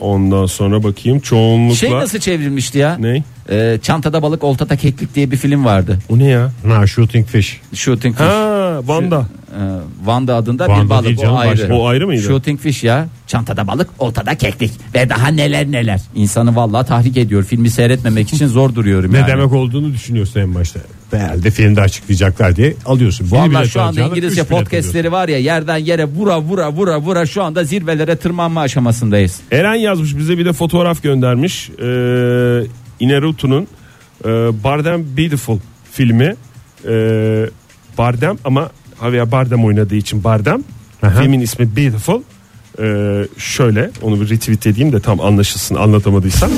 [SPEAKER 1] ondan sonra bakayım çoğunlukla...
[SPEAKER 3] Şey nasıl çevrilmişti ya?
[SPEAKER 1] Ne?
[SPEAKER 3] E, Çantada balık oltada keklik diye bir film vardı.
[SPEAKER 1] O ne ya?
[SPEAKER 4] Ha, shooting Fish.
[SPEAKER 3] Shooting Fish.
[SPEAKER 1] Ha Van'da.
[SPEAKER 3] E, Van'da adında
[SPEAKER 4] Van'da
[SPEAKER 3] bir balık
[SPEAKER 4] değil canım,
[SPEAKER 3] o ayrı.
[SPEAKER 4] başka.
[SPEAKER 1] O ayrı mıydı?
[SPEAKER 3] Shooting Fish ya. Çantada balık, oltada keklik ve daha neler neler. İnsanı vallahi tahrik ediyor. Filmi seyretmemek için zor duruyorum
[SPEAKER 4] Ne
[SPEAKER 3] yani.
[SPEAKER 4] demek olduğunu düşünüyorsun en başta. Herhalde filmde açıklayacaklar diye alıyorsun. Biri
[SPEAKER 3] Vallahi
[SPEAKER 4] bilet
[SPEAKER 3] şu anda
[SPEAKER 4] alacağına
[SPEAKER 3] İngilizce
[SPEAKER 4] üç bilet alıyorsun.
[SPEAKER 3] podcastleri var ya yerden yere vura vura vura vura şu anda zirvelere tırmanma aşamasındayız.
[SPEAKER 1] Eren yazmış bize bir de fotoğraf göndermiş. Ee, Inaruto'nun e, Bardem Beautiful filmi. Ee, Bardem ama Javier Bardem oynadığı için Bardem.
[SPEAKER 4] Aha.
[SPEAKER 1] Filmin ismi Beautiful. Ee, şöyle onu bir retweet edeyim de tam anlaşılsın anlatamadıysam.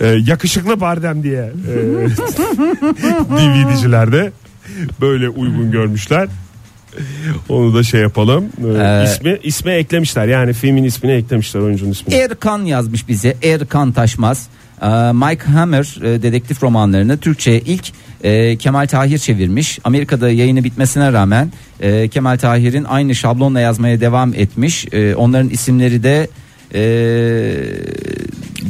[SPEAKER 1] Ee, yakışıklı Bardem diye e, DVD'cilerde böyle uygun görmüşler. Onu da şey yapalım. Ee,
[SPEAKER 3] Ee,
[SPEAKER 1] ismi isme eklemişler. Yani filmin ismini eklemişler oyuncunun ismini.
[SPEAKER 3] Erkan yazmış bize Erkan Taşmaz. Ee, Mike Hammer e, dedektif romanlarını Türkçe'ye ilk e, Kemal Tahir çevirmiş. Amerika'da yayını bitmesine rağmen e, Kemal Tahir'in aynı şablonla yazmaya devam etmiş. E, onların isimleri de e,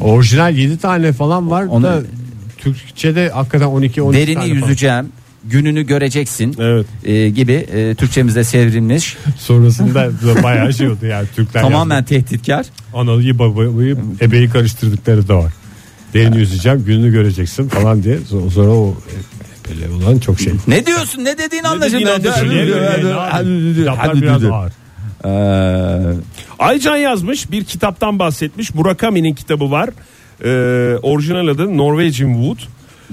[SPEAKER 4] Orijinal 7 tane falan var
[SPEAKER 3] Onu-
[SPEAKER 4] da Türkçe'de hakikaten 12 13
[SPEAKER 3] Derini
[SPEAKER 4] tane falan.
[SPEAKER 3] yüzeceğim, gününü göreceksin
[SPEAKER 1] Evet.
[SPEAKER 3] e, gibi e, Türkçemizde çevrilmiş.
[SPEAKER 4] *laughs* Sonrasında da bayağı şey oldu yani Türkler
[SPEAKER 3] Tamamen
[SPEAKER 4] yazdı.
[SPEAKER 3] tehditkar.
[SPEAKER 4] analıyı babayı ebeyi karıştırdıkları da var. Derini yüzeceğim gününü göreceksin falan diye sonra sonra o e, böyle olan çok şey.
[SPEAKER 3] Ne diyorsun? Ne dediğin anlaşılmıyor.
[SPEAKER 4] anlaşılıyor. Laflar biraz ağır.
[SPEAKER 3] Ee,
[SPEAKER 1] Aycan yazmış bir kitaptan bahsetmiş. Murakami'nin kitabı var. Ee, orijinal adı Norwegian Wood.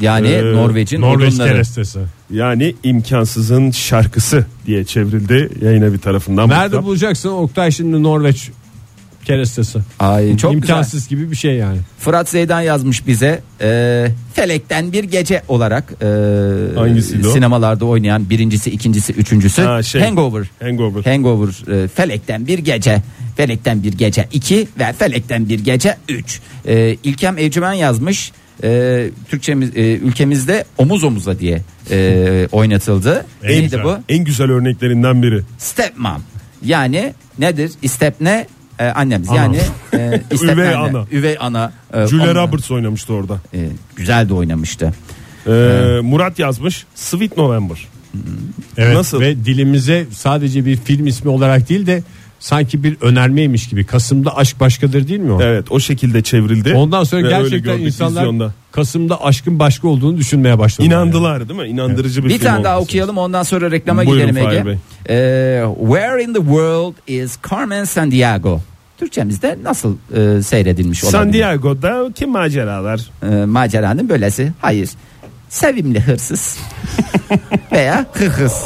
[SPEAKER 3] yani
[SPEAKER 1] Ee,
[SPEAKER 3] Norveç'in
[SPEAKER 4] Norveç
[SPEAKER 3] odunları.
[SPEAKER 4] kerestesi.
[SPEAKER 1] Yani imkansızın şarkısı diye çevrildi yayın evi tarafından. bu
[SPEAKER 4] Nerede
[SPEAKER 1] kitap.
[SPEAKER 4] bulacaksın Oktay şimdi Norveç kerestesi.
[SPEAKER 1] e,
[SPEAKER 3] Ay çok güzel.
[SPEAKER 4] İmkansız gibi bir şey yani.
[SPEAKER 3] Fırat Zeydan yazmış bize e, Felekten Bir Gece olarak e,
[SPEAKER 1] Hangisiydi o?
[SPEAKER 3] sinemalarda oynayan birincisi, ikincisi, üçüncüsü
[SPEAKER 1] Ha, şey.
[SPEAKER 3] Hangover.
[SPEAKER 1] Hangover.
[SPEAKER 3] Hangover e, Felekten Bir Gece Felekten Bir Gece 2 ve Felekten Bir Gece 3 e, İlkem Evcimen yazmış e, Türkçemiz e, ülkemizde omuz omuza diye e, oynatıldı
[SPEAKER 1] En,
[SPEAKER 3] neydi bu
[SPEAKER 1] en güzel örneklerinden biri.
[SPEAKER 3] stepmom yani nedir istepne e, annemiz yani e, istepne
[SPEAKER 1] *laughs* Üvey
[SPEAKER 3] anne.
[SPEAKER 1] ana.
[SPEAKER 3] üvey ana e,
[SPEAKER 1] Julia
[SPEAKER 3] onunla-
[SPEAKER 1] Roberts oynamıştı orada.
[SPEAKER 3] e, güzel de oynamıştı
[SPEAKER 1] Ee, Murat yazmış Sweet November.
[SPEAKER 4] Evet.
[SPEAKER 1] Nasıl?
[SPEAKER 4] Ve dilimize sadece bir film ismi olarak değil de sanki bir önermeymiş gibi. Kasım'da aşk başkadır değil mi o?
[SPEAKER 1] Evet o şekilde çevrildi.
[SPEAKER 4] Ondan sonra
[SPEAKER 1] Ve öyle
[SPEAKER 4] gerçekten
[SPEAKER 1] gördük
[SPEAKER 4] insanlar
[SPEAKER 1] vizyonda.
[SPEAKER 4] Kasım'da aşkın başka olduğunu düşünmeye başladılar.
[SPEAKER 1] inandılar değil mi? İnandırıcı bir,
[SPEAKER 3] Bir
[SPEAKER 1] film
[SPEAKER 3] tane daha
[SPEAKER 1] olması.
[SPEAKER 3] okuyalım ondan sonra reklama
[SPEAKER 1] Buyurun
[SPEAKER 3] gidelim
[SPEAKER 1] Fahir
[SPEAKER 3] Ege.
[SPEAKER 1] Bey.
[SPEAKER 3] Ee, Where in the world is Carmen Sandiego? Türkçemizde nasıl e, seyredilmiş olabilir?
[SPEAKER 1] San Diego'daki maceralar.
[SPEAKER 3] Ee, maceranın böylesi. Hayır. Sevimli
[SPEAKER 1] *laughs*
[SPEAKER 3] hırsız veya hırsız.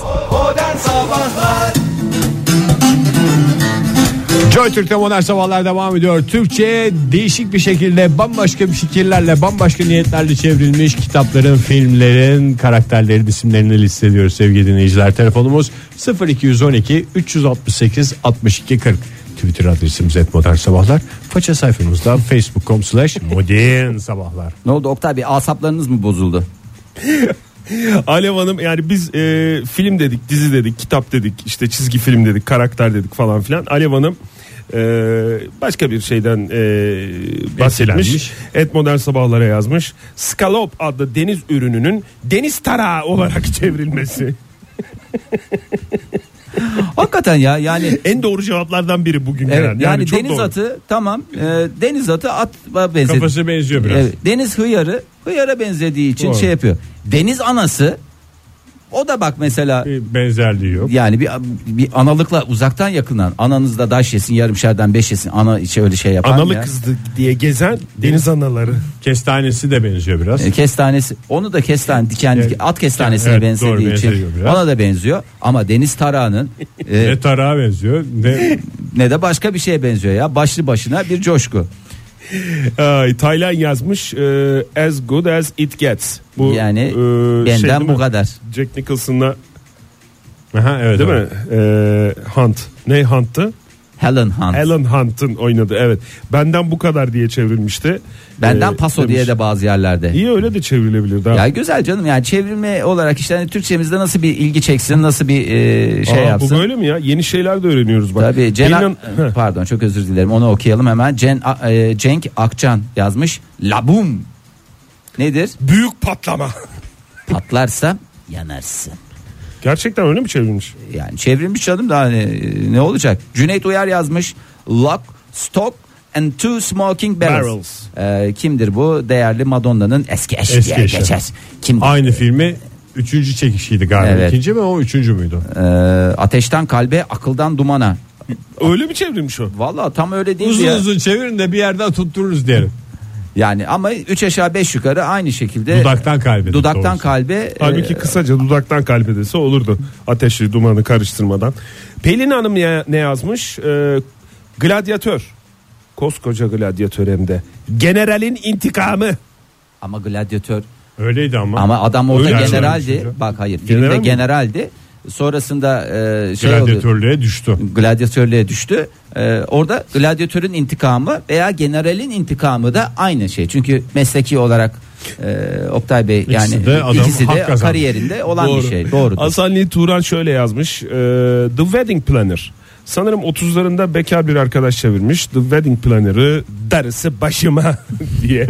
[SPEAKER 4] Yani. Joy Türk'te modern sabahlar devam ediyor. Türkçe değişik bir şekilde bambaşka bir fikirlerle bambaşka niyetlerle çevrilmiş kitapların, filmlerin, karakterlerin isimlerini listeliyoruz sevgili dinleyiciler. Telefonumuz 0212 368 62 40. Twitter adresimiz et modern sabahlar. Faça sayfamızda facebook.com slash modern sabahlar.
[SPEAKER 3] Ne oldu Oktay Bey asaplarınız mı bozuldu?
[SPEAKER 1] Alev Hanım yani biz e, film dedik, dizi dedik, kitap dedik, işte çizgi film dedik, karakter dedik falan filan. Alev Hanım e, başka bir şeyden e, bahsetmiş.
[SPEAKER 4] Etkilenmiş.
[SPEAKER 1] Et Modern Sabahlara yazmış. Skalop adlı deniz ürününün deniz tarağı olarak *laughs* çevrilmesi.
[SPEAKER 3] Hakikaten ya yani
[SPEAKER 1] En doğru cevaplardan biri bugün
[SPEAKER 3] Evet,
[SPEAKER 1] gelen.
[SPEAKER 3] yani,
[SPEAKER 1] çok
[SPEAKER 3] deniz
[SPEAKER 1] doğru.
[SPEAKER 3] atı tamam e, deniz atı atma benzedi.
[SPEAKER 4] Kafası benziyor biraz.
[SPEAKER 3] Evet, deniz hıyarı hıyara benzediği için
[SPEAKER 4] Doğru.
[SPEAKER 3] şey yapıyor. Deniz anası o da bak mesela
[SPEAKER 4] Bir benzerliği yok.
[SPEAKER 3] yani bir, bir analıkla uzaktan yakından ananız da daş yesin yarımşerden beş yesin ana içi öyle şey yapar mı
[SPEAKER 1] Analı
[SPEAKER 3] ya?
[SPEAKER 1] kızdı diye gezen deniz anaları.
[SPEAKER 3] *laughs*
[SPEAKER 4] Kestanesi de benziyor biraz.
[SPEAKER 3] E, kestanesi onu da kestan diken diken- at kestanesine
[SPEAKER 4] Evet, doğru,
[SPEAKER 3] benzediği için
[SPEAKER 4] benziyor biraz.
[SPEAKER 3] ona da benziyor ama deniz tarağının e,
[SPEAKER 4] Ne tarağa benziyor ne
[SPEAKER 3] ne de başka bir şeye benziyor ya başlı başına bir coşku.
[SPEAKER 1] Ay, Taylan yazmış e, as good as it gets. Bu
[SPEAKER 3] Yani
[SPEAKER 1] e,
[SPEAKER 3] benden
[SPEAKER 1] şey değil mi?
[SPEAKER 3] bu kadar.
[SPEAKER 1] Jack Nicholson'la
[SPEAKER 4] Aha, evet,
[SPEAKER 1] değil
[SPEAKER 4] evet.
[SPEAKER 1] mi? E, Hunt. Ne Hunt'tı?
[SPEAKER 3] Helen Hunt.
[SPEAKER 1] Alan Hunt'ın oynadı evet. Benden bu kadar diye çevrilmişti.
[SPEAKER 3] Benden
[SPEAKER 1] E,
[SPEAKER 3] paso
[SPEAKER 1] demiş.
[SPEAKER 3] diye de bazı yerlerde.
[SPEAKER 1] İyi öyle de çevrilebilirdi. ha.
[SPEAKER 3] Ya güzel canım yani çevrilme olarak işte hani Türkçemizde nasıl bir ilgi çeksin nasıl bir e, şey
[SPEAKER 1] Aa,
[SPEAKER 3] yapsın.
[SPEAKER 1] Bu böyle mi ya? Yeni şeyler de öğreniyoruz bak.
[SPEAKER 3] Tabii Cena-
[SPEAKER 1] Pelin- Heh.
[SPEAKER 3] pardon çok özür dilerim onu okuyalım hemen. Cen, A- e, Cenk Akçan yazmış. Labum. Nedir?
[SPEAKER 1] Büyük patlama.
[SPEAKER 3] Patlarsa yanarsın.
[SPEAKER 1] Gerçekten öyle mi çevrilmiş?
[SPEAKER 3] Yani çevrilmiş canım da hani e, ne olacak? Cüneyt Uyar yazmış. Lock, stock and two smoking barrels. E, kimdir bu? Değerli Madonna'nın eski eşi
[SPEAKER 4] Eski
[SPEAKER 3] diye
[SPEAKER 4] eşi.
[SPEAKER 3] geçer. Kimdir?
[SPEAKER 4] Aynı filmi üçüncü çekişiydi galiba.
[SPEAKER 3] Evet.
[SPEAKER 4] İkinci mi o üçüncü müydü?
[SPEAKER 3] E, ateşten kalbe, akıldan dumana.
[SPEAKER 1] Öyle mi çevrilmiş o?
[SPEAKER 3] Vallahi tam öyle değil
[SPEAKER 4] Uzun
[SPEAKER 3] ya.
[SPEAKER 4] uzun çevirin de bir yerden tuttururuz diyelim.
[SPEAKER 3] Yani ama 3 aşağı 5 yukarı aynı şekilde e,
[SPEAKER 4] Dudaktan kalbe.
[SPEAKER 3] dudaktan
[SPEAKER 4] Doğrusu.
[SPEAKER 3] kalbe
[SPEAKER 1] Halbuki
[SPEAKER 3] e,
[SPEAKER 1] kısaca dudaktan kalbe dese olurdu. Ateşli dumanı karıştırmadan. Pelin Hanım ya- ne yazmış? Ee, gladyatör. Koskoca gladyatör hem de. Generalin intikamı.
[SPEAKER 3] ama gladyatör
[SPEAKER 4] Öyleydi ama.
[SPEAKER 3] ama adam orada
[SPEAKER 4] Öyle şey
[SPEAKER 3] generaldi.
[SPEAKER 4] söylemiş hocam.
[SPEAKER 3] Bak hayır
[SPEAKER 1] General
[SPEAKER 3] filmde
[SPEAKER 1] mi?
[SPEAKER 3] generaldi. Sonrasında e, şey oldu.
[SPEAKER 4] Gladyatörlüğe düştü.
[SPEAKER 3] Gladyatörlüğe düştü. E, orada gladyatörün intikamı veya generalin intikamı da aynı şey. Çünkü mesleki olarak e, Oktay Bey yani ikisi
[SPEAKER 4] de
[SPEAKER 3] de,
[SPEAKER 4] adam hak kazandı.
[SPEAKER 3] kariyerinde olan bir şey. Doğru.
[SPEAKER 1] Hasanli Turan şöyle yazmış. Ee, The Wedding Planner. Sanırım 30'larında bekar bir arkadaş çevirmiş. The Wedding Planner'ı darısı başıma *laughs* diye.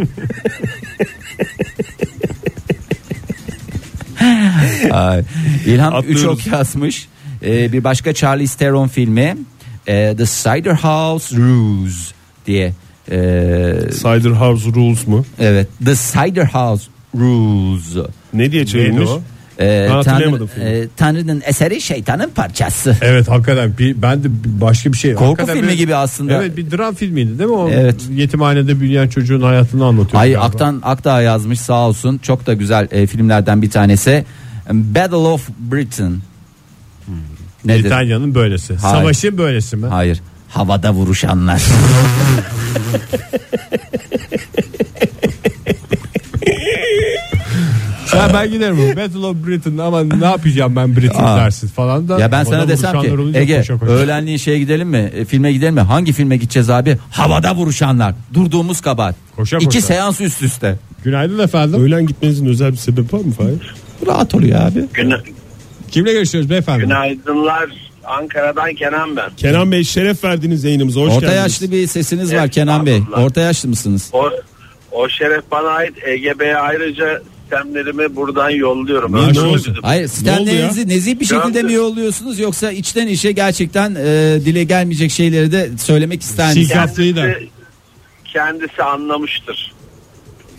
[SPEAKER 3] Ay. İlhan
[SPEAKER 1] Atlıyoruz.
[SPEAKER 3] Üçok yazmış. Ee, bir başka Charlie Theron filmi e, The Cider House Rules diye. Ee,
[SPEAKER 1] Cider House Rules mu?
[SPEAKER 3] evet The Cider House Rules.
[SPEAKER 1] Ne diye çevirmiş?
[SPEAKER 4] Neydi o?
[SPEAKER 3] Ee,
[SPEAKER 1] Ha, hatırlayamadım
[SPEAKER 3] Tanrı,
[SPEAKER 1] filmi.
[SPEAKER 3] e, Tanrı'nın eseri şeytanın parçası.
[SPEAKER 4] Evet hakikaten bir, ben de bir- başka bir şey.
[SPEAKER 3] Korku
[SPEAKER 4] Hakikaten
[SPEAKER 3] filmi
[SPEAKER 4] bir-
[SPEAKER 3] gibi aslında.
[SPEAKER 4] Evet bir dram filmiydi değil mi? O
[SPEAKER 3] Evet.
[SPEAKER 4] yetimhanede büyüyen çocuğun hayatını anlatıyor.
[SPEAKER 3] Ay
[SPEAKER 4] galiba.
[SPEAKER 3] Aktan Akdağ yazmış sağ olsun. Çok da güzel e, filmlerden bir tanesi. Battle of Britain.
[SPEAKER 1] Hmm.
[SPEAKER 3] Nedir?
[SPEAKER 4] İtalya'nın böylesi.
[SPEAKER 3] Hayır.
[SPEAKER 4] Savaşın böylesi mi?
[SPEAKER 3] Hayır. Havada vuruşanlar.
[SPEAKER 4] Ya ben giderim. Battle of Britain ama ne yapacağım ben Britain
[SPEAKER 3] Aa.
[SPEAKER 4] dersin falan da.
[SPEAKER 3] Ya ben
[SPEAKER 4] Ona
[SPEAKER 3] sana desem ki
[SPEAKER 4] vuruşanlar olunca
[SPEAKER 3] Ege
[SPEAKER 4] koşa koşa.
[SPEAKER 3] öğlenliğin şeye gidelim mi? E, filme gidelim mi? Hangi filme gideceğiz abi? Havada vuruşanlar. Durduğumuz kabahat.
[SPEAKER 4] Koşa
[SPEAKER 3] İki
[SPEAKER 4] koşa.
[SPEAKER 3] seans üst üste.
[SPEAKER 4] Günaydın efendim.
[SPEAKER 1] Öğlen gitmenizin özel bir sebebi var mı Fahir?
[SPEAKER 3] Rahat oluyor abi.
[SPEAKER 5] Güna-
[SPEAKER 4] Kimle görüşüyoruz beyefendi?
[SPEAKER 5] Günaydınlar. Ankara'dan Kenan ben.
[SPEAKER 1] Kenan Bey şeref verdiniz yayınımıza. Hoş
[SPEAKER 3] Orta
[SPEAKER 1] geldiniz.
[SPEAKER 3] yaşlı bir sesiniz var
[SPEAKER 5] Evet,
[SPEAKER 3] Kenan Bey.
[SPEAKER 5] estağfurullah.
[SPEAKER 3] Orta yaşlı mısınız?
[SPEAKER 5] O, o şeref bana ait. EGB'ye ayrıca sistemlerimi buradan yolluyorum.
[SPEAKER 1] Ne,
[SPEAKER 5] Öyle
[SPEAKER 1] ne oldu?
[SPEAKER 5] olsun.
[SPEAKER 3] Hayır
[SPEAKER 1] oldu ya?
[SPEAKER 3] sistemlerinizi nezih bir
[SPEAKER 5] Şu
[SPEAKER 3] şekilde
[SPEAKER 5] anda-
[SPEAKER 3] mi yolluyorsunuz yoksa içten içe gerçekten e, dile gelmeyecek şeyleri de söylemek ister misiniz?
[SPEAKER 4] Siz- Haftayı da.
[SPEAKER 5] Kendisi, kendisi anlamıştır.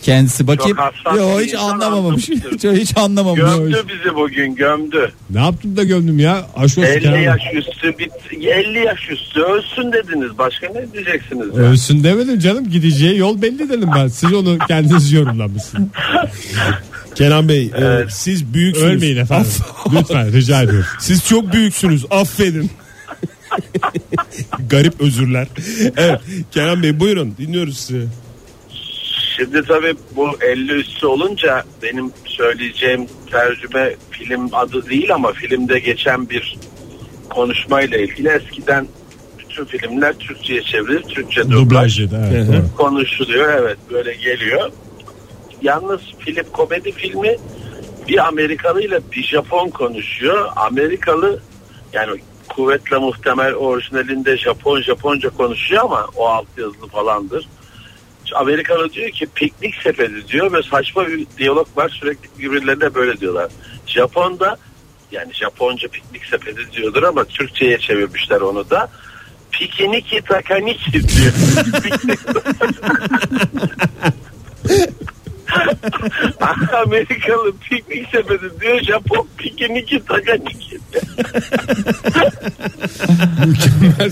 [SPEAKER 3] Kendisi bakayım.
[SPEAKER 5] hassas
[SPEAKER 3] Yo,
[SPEAKER 5] bir
[SPEAKER 3] hiç
[SPEAKER 5] insan
[SPEAKER 3] anlamamış.
[SPEAKER 5] anlamıştır.
[SPEAKER 3] *laughs* hiç anlamamış.
[SPEAKER 5] Gömdü bizi bugün gömdü.
[SPEAKER 4] Ne yaptım da gömdüm ya? Aşk olsun
[SPEAKER 5] 50
[SPEAKER 4] Kenan Bey.
[SPEAKER 5] yaş üstü bit 50 yaş üstü ölsün dediniz. Başka ne diyeceksiniz? ya?
[SPEAKER 4] Ölsün demedim canım gideceği yol belli dedim ben. Siz onu kendiniz yorumlamışsınız.
[SPEAKER 1] Kenan Bey e, siz büyüksünüz.
[SPEAKER 4] Ölmeyin efendim. Lütfen rica ediyorum.
[SPEAKER 1] Siz çok büyüksünüz.
[SPEAKER 4] *laughs*
[SPEAKER 1] Affedin. Garip özürler. Evet Kenan Bey buyurun dinliyoruz sizi.
[SPEAKER 5] Şimdi tabii bu 50 üstü olunca benim söyleyeceğim tercüme film adı değil ama filmde geçen bir konuşmayla ilgili eskiden bütün filmler Türkçe'ye çevrilir. Türkçe dublaj
[SPEAKER 4] Dublajcıydı evet. doğru.
[SPEAKER 5] konuşuluyor evet böyle geliyor. Yalnız film komedi filmi bir Amerikalı ile bir Japon konuşuyor. Amerikalı yani kuvvetle muhtemel orijinalinde Japon Japonca konuşuyor ama o altyazılı falandır. Amerika'da diyor ki piknik sepeti diyor ve saçma bir diyalog var sürekli birbirlerine böyle diyorlar. Japon'da yani Japonca piknik sepeti diyordur ama Türkçe'ye çevirmişler onu da. Pikiniki takaniki diyor. *laughs* Ah, Amerikalı piknik sepeti diyor Japon pikiniki takaniki.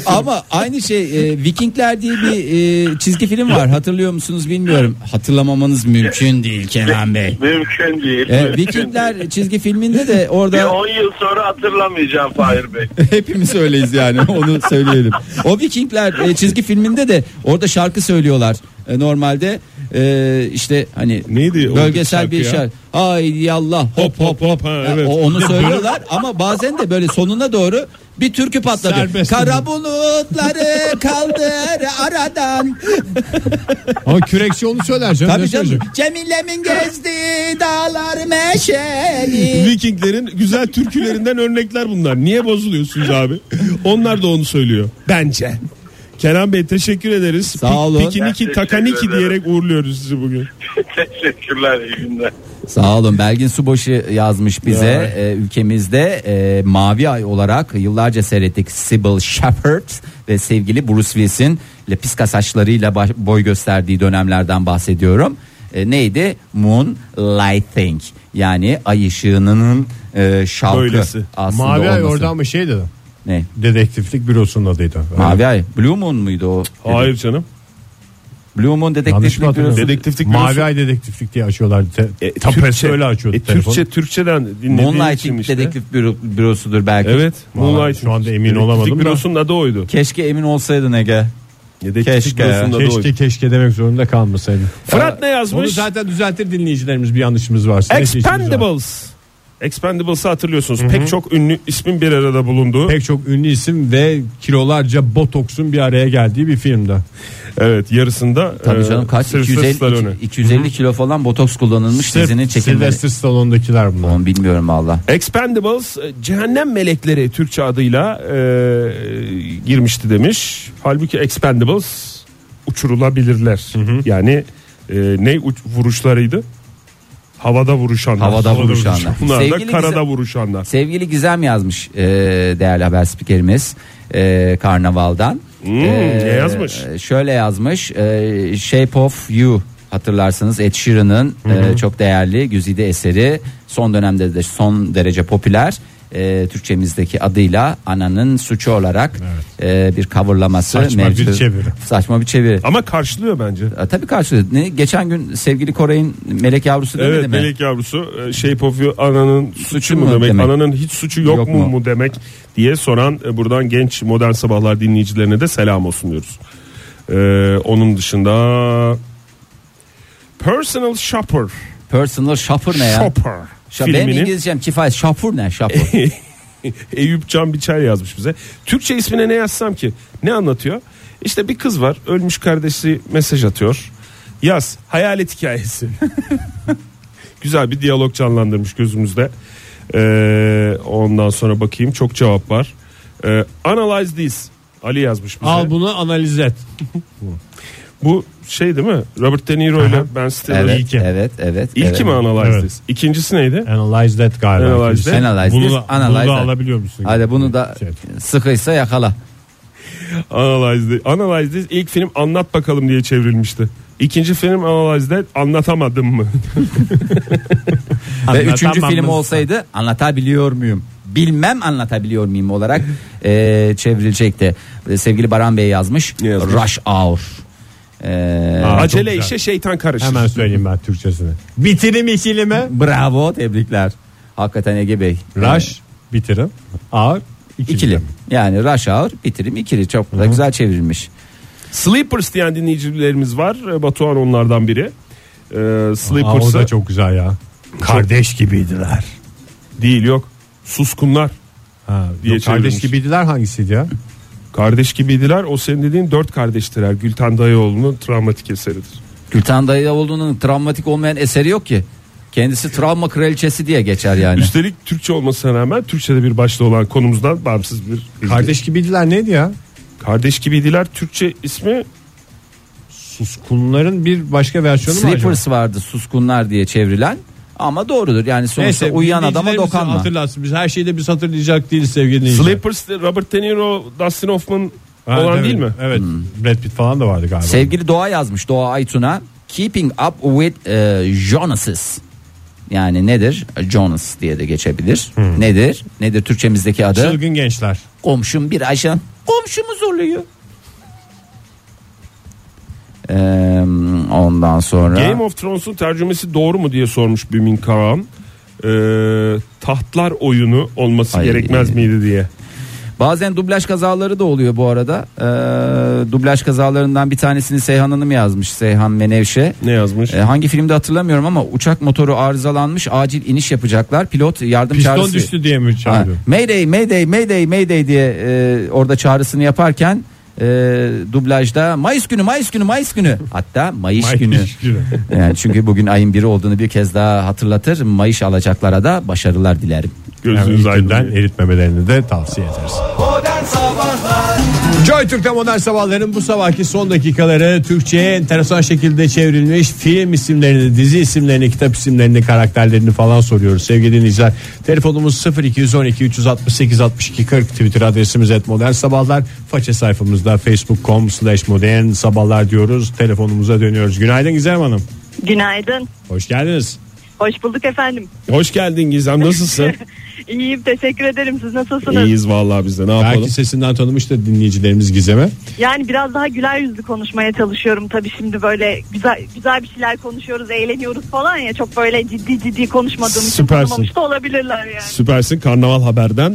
[SPEAKER 3] Ama aynı şey e, Vikingler diye bir e, çizgi film var. Hatırlıyor musunuz bilmiyorum. Hatırlamamanız mümkün değil Kenan Bey.
[SPEAKER 5] Mümkün değil.
[SPEAKER 3] E,
[SPEAKER 5] mümkün değil.
[SPEAKER 3] Vikingler çizgi filminde de
[SPEAKER 5] Bir
[SPEAKER 3] orada
[SPEAKER 5] 10 yıl sonra hatırlamayacağım Fahir Bey.
[SPEAKER 3] *laughs* hepimiz öyleyiz yani onu söyleyelim. O Vikingler e, çizgi filminde de orada şarkı söylüyorlar. E, normalde e, işte hani
[SPEAKER 1] Neydi o
[SPEAKER 3] bölgesel
[SPEAKER 1] şarkı
[SPEAKER 3] bir
[SPEAKER 1] ya?
[SPEAKER 3] şarkı. Ay Allah hop hop
[SPEAKER 1] hop ha,
[SPEAKER 3] Ya, o-
[SPEAKER 1] *laughs*
[SPEAKER 3] onu söylüyorlar ama bazen de böyle sonuna doğru bir türkü patladı.
[SPEAKER 4] Serbest
[SPEAKER 3] Kara bulutları kaldır aradan.
[SPEAKER 4] Ama kürekçi onu söyler canım.
[SPEAKER 3] Tabii
[SPEAKER 4] ne
[SPEAKER 3] canım.
[SPEAKER 4] söyleyecek?
[SPEAKER 3] Cemile'min gezdiği dağlar meşeli.
[SPEAKER 1] Vikinglerin güzel türkülerinden örnekler bunlar. Niye bozuluyorsunuz abi? Onlar da onu söylüyor. Bence. Kenan Bey teşekkür ederiz.
[SPEAKER 3] Sağ olun.
[SPEAKER 1] Pikiniki
[SPEAKER 5] Ben
[SPEAKER 1] takaniki
[SPEAKER 5] teşekkür ederim.
[SPEAKER 1] diyerek uğurluyoruz sizi bugün.
[SPEAKER 5] Teşekkürler iyi günler.
[SPEAKER 3] Sağ olun Belgin Subaşı yazmış bize Ee, ülkemizde e, Mavi Ay olarak yıllarca seyrettik Sybil Shepherd ve sevgili Bruce Willis'in lepiska saçlarıyla baş- boy gösterdiği dönemlerden bahsediyorum. E, neydi? Moon Lighting yani ay ışığının e, şalkı
[SPEAKER 1] Böylesi.
[SPEAKER 3] aslında
[SPEAKER 4] Mavi ay
[SPEAKER 3] olması.
[SPEAKER 4] oradan mı şey dedi?
[SPEAKER 3] Ne?
[SPEAKER 4] Dedektiflik bürosunun adıydı.
[SPEAKER 3] Mavi Ay. Blue Moon muydu o?
[SPEAKER 1] Hayır canım.
[SPEAKER 3] Blue Moon
[SPEAKER 4] Yanlış mı
[SPEAKER 3] dedektiflik bürosu.
[SPEAKER 4] hatırlıyorum?
[SPEAKER 1] Dedektiflik bürosu-
[SPEAKER 4] Mavi ay dedektiflik diye açıyorlardı. Te, tam E, öyle açıyordu
[SPEAKER 1] e,
[SPEAKER 4] telefonu.
[SPEAKER 1] Türkçe Türkçeden dinlediğim için
[SPEAKER 3] Moonlighting
[SPEAKER 1] işte.
[SPEAKER 3] dedektif büro- bürosudur belki.
[SPEAKER 1] Evet.
[SPEAKER 4] Vallahi
[SPEAKER 1] Moonlighting.
[SPEAKER 4] şu anda emin olamadım da.
[SPEAKER 1] bürosunun adı oydu.
[SPEAKER 3] Keşke emin olsaydın Ege. Keşke.
[SPEAKER 1] bürosunun adı oydu.
[SPEAKER 4] Keşke keşke demek zorunda kalmasaydı.
[SPEAKER 1] Fırat ne
[SPEAKER 4] Onu
[SPEAKER 1] yazmış?
[SPEAKER 4] zaten düzeltir dinleyicilerimiz bir yanlışımız varsa. Neyse işimiz var.
[SPEAKER 1] Expendables. Expendables'ı hatırlıyorsunuz. Pek çok ünlü ismin bir arada bulunduğu.
[SPEAKER 4] Pek çok ünlü isim ve kilolarca botoksun bir araya geldiği bir filmde.
[SPEAKER 1] Evet yarısında.
[SPEAKER 3] Tabii
[SPEAKER 1] e,
[SPEAKER 3] canım kaç
[SPEAKER 1] Sylvester
[SPEAKER 3] 250
[SPEAKER 1] Stallone.
[SPEAKER 3] 250 kilo falan botoks kullanılmış
[SPEAKER 4] Sırf
[SPEAKER 3] dizinin çekilmesi.
[SPEAKER 4] Sylvester Stallone'dakiler bunlar.
[SPEAKER 3] Onu bilmiyorum valla.
[SPEAKER 1] Expendables e, cehennem melekleri Türkçe adıyla e, girmişti demiş. Halbuki Expendables uçurulabilirler. Yani e, ne uç- vuruşlarıydı? Havada vuruşanlar.
[SPEAKER 3] Havada vuruşanlar.
[SPEAKER 1] Bunlar da
[SPEAKER 3] Sevgili
[SPEAKER 1] karada
[SPEAKER 3] Gizem-
[SPEAKER 1] vuruşanlar.
[SPEAKER 3] Sevgili Gizem yazmış e, değerli haber spikerimiz e, Karnaval'dan.
[SPEAKER 1] Hmm,
[SPEAKER 3] E,
[SPEAKER 1] ne yazmış?
[SPEAKER 3] Şöyle yazmış e, Shape of You hatırlarsınız Ed Sheeran'ın e, çok değerli güzide eseri son dönemde de son derece popüler. E, Türkçemizdeki adıyla ananın suçu olarak e, bir coverlaması
[SPEAKER 4] Saçma bir
[SPEAKER 3] mevcut.
[SPEAKER 4] çeviri.
[SPEAKER 3] Saçma bir çeviri.
[SPEAKER 1] Ama karşılıyor bence.
[SPEAKER 3] E, Tabii karşılığı. Ne? Geçen gün sevgili Koray'ın melek yavrusu demedi
[SPEAKER 1] Evet
[SPEAKER 3] mi?
[SPEAKER 1] melek yavrusu e, Shape of You ananın suçu, mu
[SPEAKER 3] mu
[SPEAKER 1] demek,
[SPEAKER 3] demek?
[SPEAKER 1] ananın hiç suçu yok,
[SPEAKER 3] Yok
[SPEAKER 1] mu,
[SPEAKER 3] mu?
[SPEAKER 1] mu demek diye soran e, buradan genç modern sabahlar dinleyicilerine de selam olsun diyoruz. E, onun dışında Personal Shopper,
[SPEAKER 3] Personal shopper ne ya?
[SPEAKER 1] Shopper
[SPEAKER 3] Şa- Benim
[SPEAKER 1] filminin
[SPEAKER 3] İngilizcem kifayet. Shopper ne? Shopper.
[SPEAKER 1] *laughs* Eyüp Can Biçer yazmış bize. Türkçe ismine ne yazsam ki? Ne anlatıyor? İşte bir kız var ölmüş kardeşi mesaj atıyor. Yaz
[SPEAKER 3] *laughs*
[SPEAKER 1] hayalet hikayesi. Güzel bir diyalog canlandırmış gözümüzde. Ee, ondan sonra bakayım çok cevap var. Ee, analyze this. Ali yazmış bize.
[SPEAKER 4] Al bunu analiz et.
[SPEAKER 1] Bu şey değil mi? Robert De Niro ile Ben Stiller'ın
[SPEAKER 3] evet,
[SPEAKER 1] ilki.
[SPEAKER 3] evet, evet.
[SPEAKER 1] İlki
[SPEAKER 3] evet.
[SPEAKER 1] mi Analyze
[SPEAKER 4] Evet.
[SPEAKER 1] This? İkincisi neydi?
[SPEAKER 4] Analyze that galiba.
[SPEAKER 1] Analyze
[SPEAKER 4] Kimse.
[SPEAKER 1] that.
[SPEAKER 3] Analyze
[SPEAKER 4] Bunu
[SPEAKER 3] this,
[SPEAKER 4] da,
[SPEAKER 3] analyze
[SPEAKER 4] bunu da
[SPEAKER 3] that.
[SPEAKER 4] alabiliyor musun?
[SPEAKER 3] Hadi bunu da
[SPEAKER 4] Şey.
[SPEAKER 3] sıkıysa yakala.
[SPEAKER 1] Analyze This. Analyze This ilk film Anlat Bakalım diye çevrilmişti. İkinci film Analyze That Anlatamadım mı?
[SPEAKER 3] Ve üçüncü
[SPEAKER 4] Anlatamam
[SPEAKER 3] film
[SPEAKER 4] mı?
[SPEAKER 3] olsaydı anlatabiliyor muyum? Bilmem anlatabiliyor muyum
[SPEAKER 4] *laughs*
[SPEAKER 3] olarak e, çevrilecekti. E, Sevgili Baran Bey yazmış.
[SPEAKER 1] Ne yazmış?
[SPEAKER 3] Rush Hour. E,
[SPEAKER 4] *laughs* Aa,
[SPEAKER 1] Acele
[SPEAKER 4] çok güzel.
[SPEAKER 1] işe şeytan karışır.
[SPEAKER 4] Hemen söyleyeyim ben Türkçesini. Bitirim ikilimi.
[SPEAKER 3] bravo tebrikler. Hakikaten Ege Bey.
[SPEAKER 4] Rush bitirim. Ağır ikili.
[SPEAKER 3] İkili. Yani Rush Hour bitirim ikili. Çok da güzel çevrilmiş.
[SPEAKER 1] Sleepers diyen dinleyicilerimiz var. Ee, Batuhan onlardan biri. Ee,
[SPEAKER 4] Aa, o
[SPEAKER 1] Sleepers'ı
[SPEAKER 4] da çok güzel ya. Kardeş gibiydiler.
[SPEAKER 1] değil yok. Suskunlar.
[SPEAKER 4] Ha,
[SPEAKER 1] Diye
[SPEAKER 4] yok, kardeş
[SPEAKER 1] çevirmiş.
[SPEAKER 4] gibiydiler hangisiydi
[SPEAKER 1] *laughs*
[SPEAKER 4] ya?
[SPEAKER 1] Kardeş gibiydiler. O senin dediğin dört kardeştiler. Gülten Dayıoğlu'nun travmatik eseridir.
[SPEAKER 3] Gülten Dayıoğlu'nun travmatik olmayan eseri yok ki. Kendisi travma kraliçesi diye geçer
[SPEAKER 4] *laughs*
[SPEAKER 3] yani.
[SPEAKER 1] Üstelik Türkçe olmasına rağmen Türkçe'de bir başta olan konumuzdan bağımsız bir bilgi.
[SPEAKER 4] Kardeş gibidiler neydi ya?
[SPEAKER 1] Kardeş gibiydiler Türkçe ismi
[SPEAKER 4] Suskunların bir başka versiyonu mu acaba?
[SPEAKER 3] Slippers vardı suskunlar diye çevrilen ama doğrudur yani sonuçta uyuyan adama
[SPEAKER 4] dinleyicilerimizi
[SPEAKER 3] dokanma.
[SPEAKER 4] Hatırlatsın. Biz her şeyi de biz hatırlayacak değiliz sevgili dinleyiciler.
[SPEAKER 1] Slippers de Robert De Niro, Dustin Hoffman
[SPEAKER 4] Ha,
[SPEAKER 1] olan
[SPEAKER 4] evet.
[SPEAKER 1] değil mi?
[SPEAKER 4] Evet. Brad Pitt falan da vardı galiba.
[SPEAKER 3] Hmm. Sevgili Doğa yazmış Doğa Aytun'a Keeping Up With e, Jonas'ız. Yani nedir? Jonas diye de geçebilir. Nedir? Nedir Türkçemizdeki adı?
[SPEAKER 4] Hmm. Çılgın gençler.
[SPEAKER 3] Komşum bir ajan. Komşumuz oluyor. E, ondan sonra
[SPEAKER 1] Game of Thrones'un tercümesi doğru mu diye sormuş Bümin Kağan. Ee, tahtlar oyunu olması
[SPEAKER 3] Ay.
[SPEAKER 1] gerekmez miydi diye.
[SPEAKER 3] Bazen dublaj kazaları da oluyor bu arada. Ee, dublaj kazalarından bir tanesini Seyhan Hanım yazmış. Seyhan Menevşe.
[SPEAKER 1] Ne yazmış?
[SPEAKER 3] Ee, hangi filmde hatırlamıyorum ama uçak motoru arızalanmış. Acil iniş yapacaklar. Pilot yardım
[SPEAKER 4] Piston
[SPEAKER 3] çağrısı.
[SPEAKER 4] düştü diye mi
[SPEAKER 3] Ha, *laughs*
[SPEAKER 4] çağırıyor?
[SPEAKER 3] mayday, mayday, mayday, mayday diye e, orada çağrısını yaparken e, dublajda Mayıs günü, Mayıs günü, Mayıs günü. Hatta Mayıs, günü. Yani çünkü bugün ayın biri olduğunu bir kez daha hatırlatır. Mayış alacaklara da başarılar dilerim.
[SPEAKER 1] Gözünüz
[SPEAKER 4] Yani
[SPEAKER 1] aydın.
[SPEAKER 4] günden eritmemelerini de tavsiye ederiz. Joy Türk'te modern sabahların bu sabahki son dakikaları Türkçe'ye enteresan şekilde çevrilmiş film isimlerini, dizi isimlerini, kitap isimlerini, karakterlerini falan soruyoruz sevgili dinleyiciler. Telefonumuz 0212 368 62 40 Twitter adresimiz et modern sabahlar. Faça sayfamızda facebook.com slash modern sabahlar diyoruz. Telefonumuza dönüyoruz. Günaydın Gizem Hanım.
[SPEAKER 6] Günaydın.
[SPEAKER 4] Hoş geldiniz.
[SPEAKER 6] Hoş bulduk efendim.
[SPEAKER 1] Hoş geldin Gizem
[SPEAKER 6] *laughs*
[SPEAKER 1] nasılsın?
[SPEAKER 6] İyiyim teşekkür ederim. Siz nasılsınız?
[SPEAKER 1] İyiyiz vallahi biz de ne yapalım?
[SPEAKER 4] Belki sesinden tanımıştır dinleyicilerimiz Gizem'e.
[SPEAKER 6] Yani biraz daha güler yüzlü konuşmaya çalışıyorum tabii şimdi böyle güzel güzel bir şeyler konuşuyoruz, eğleniyoruz falan ya çok böyle ciddi ciddi konuşmadığım için
[SPEAKER 1] Süpersin.
[SPEAKER 6] tanımamış da olabilirler yani.
[SPEAKER 1] Süpersin Karnaval Haber'den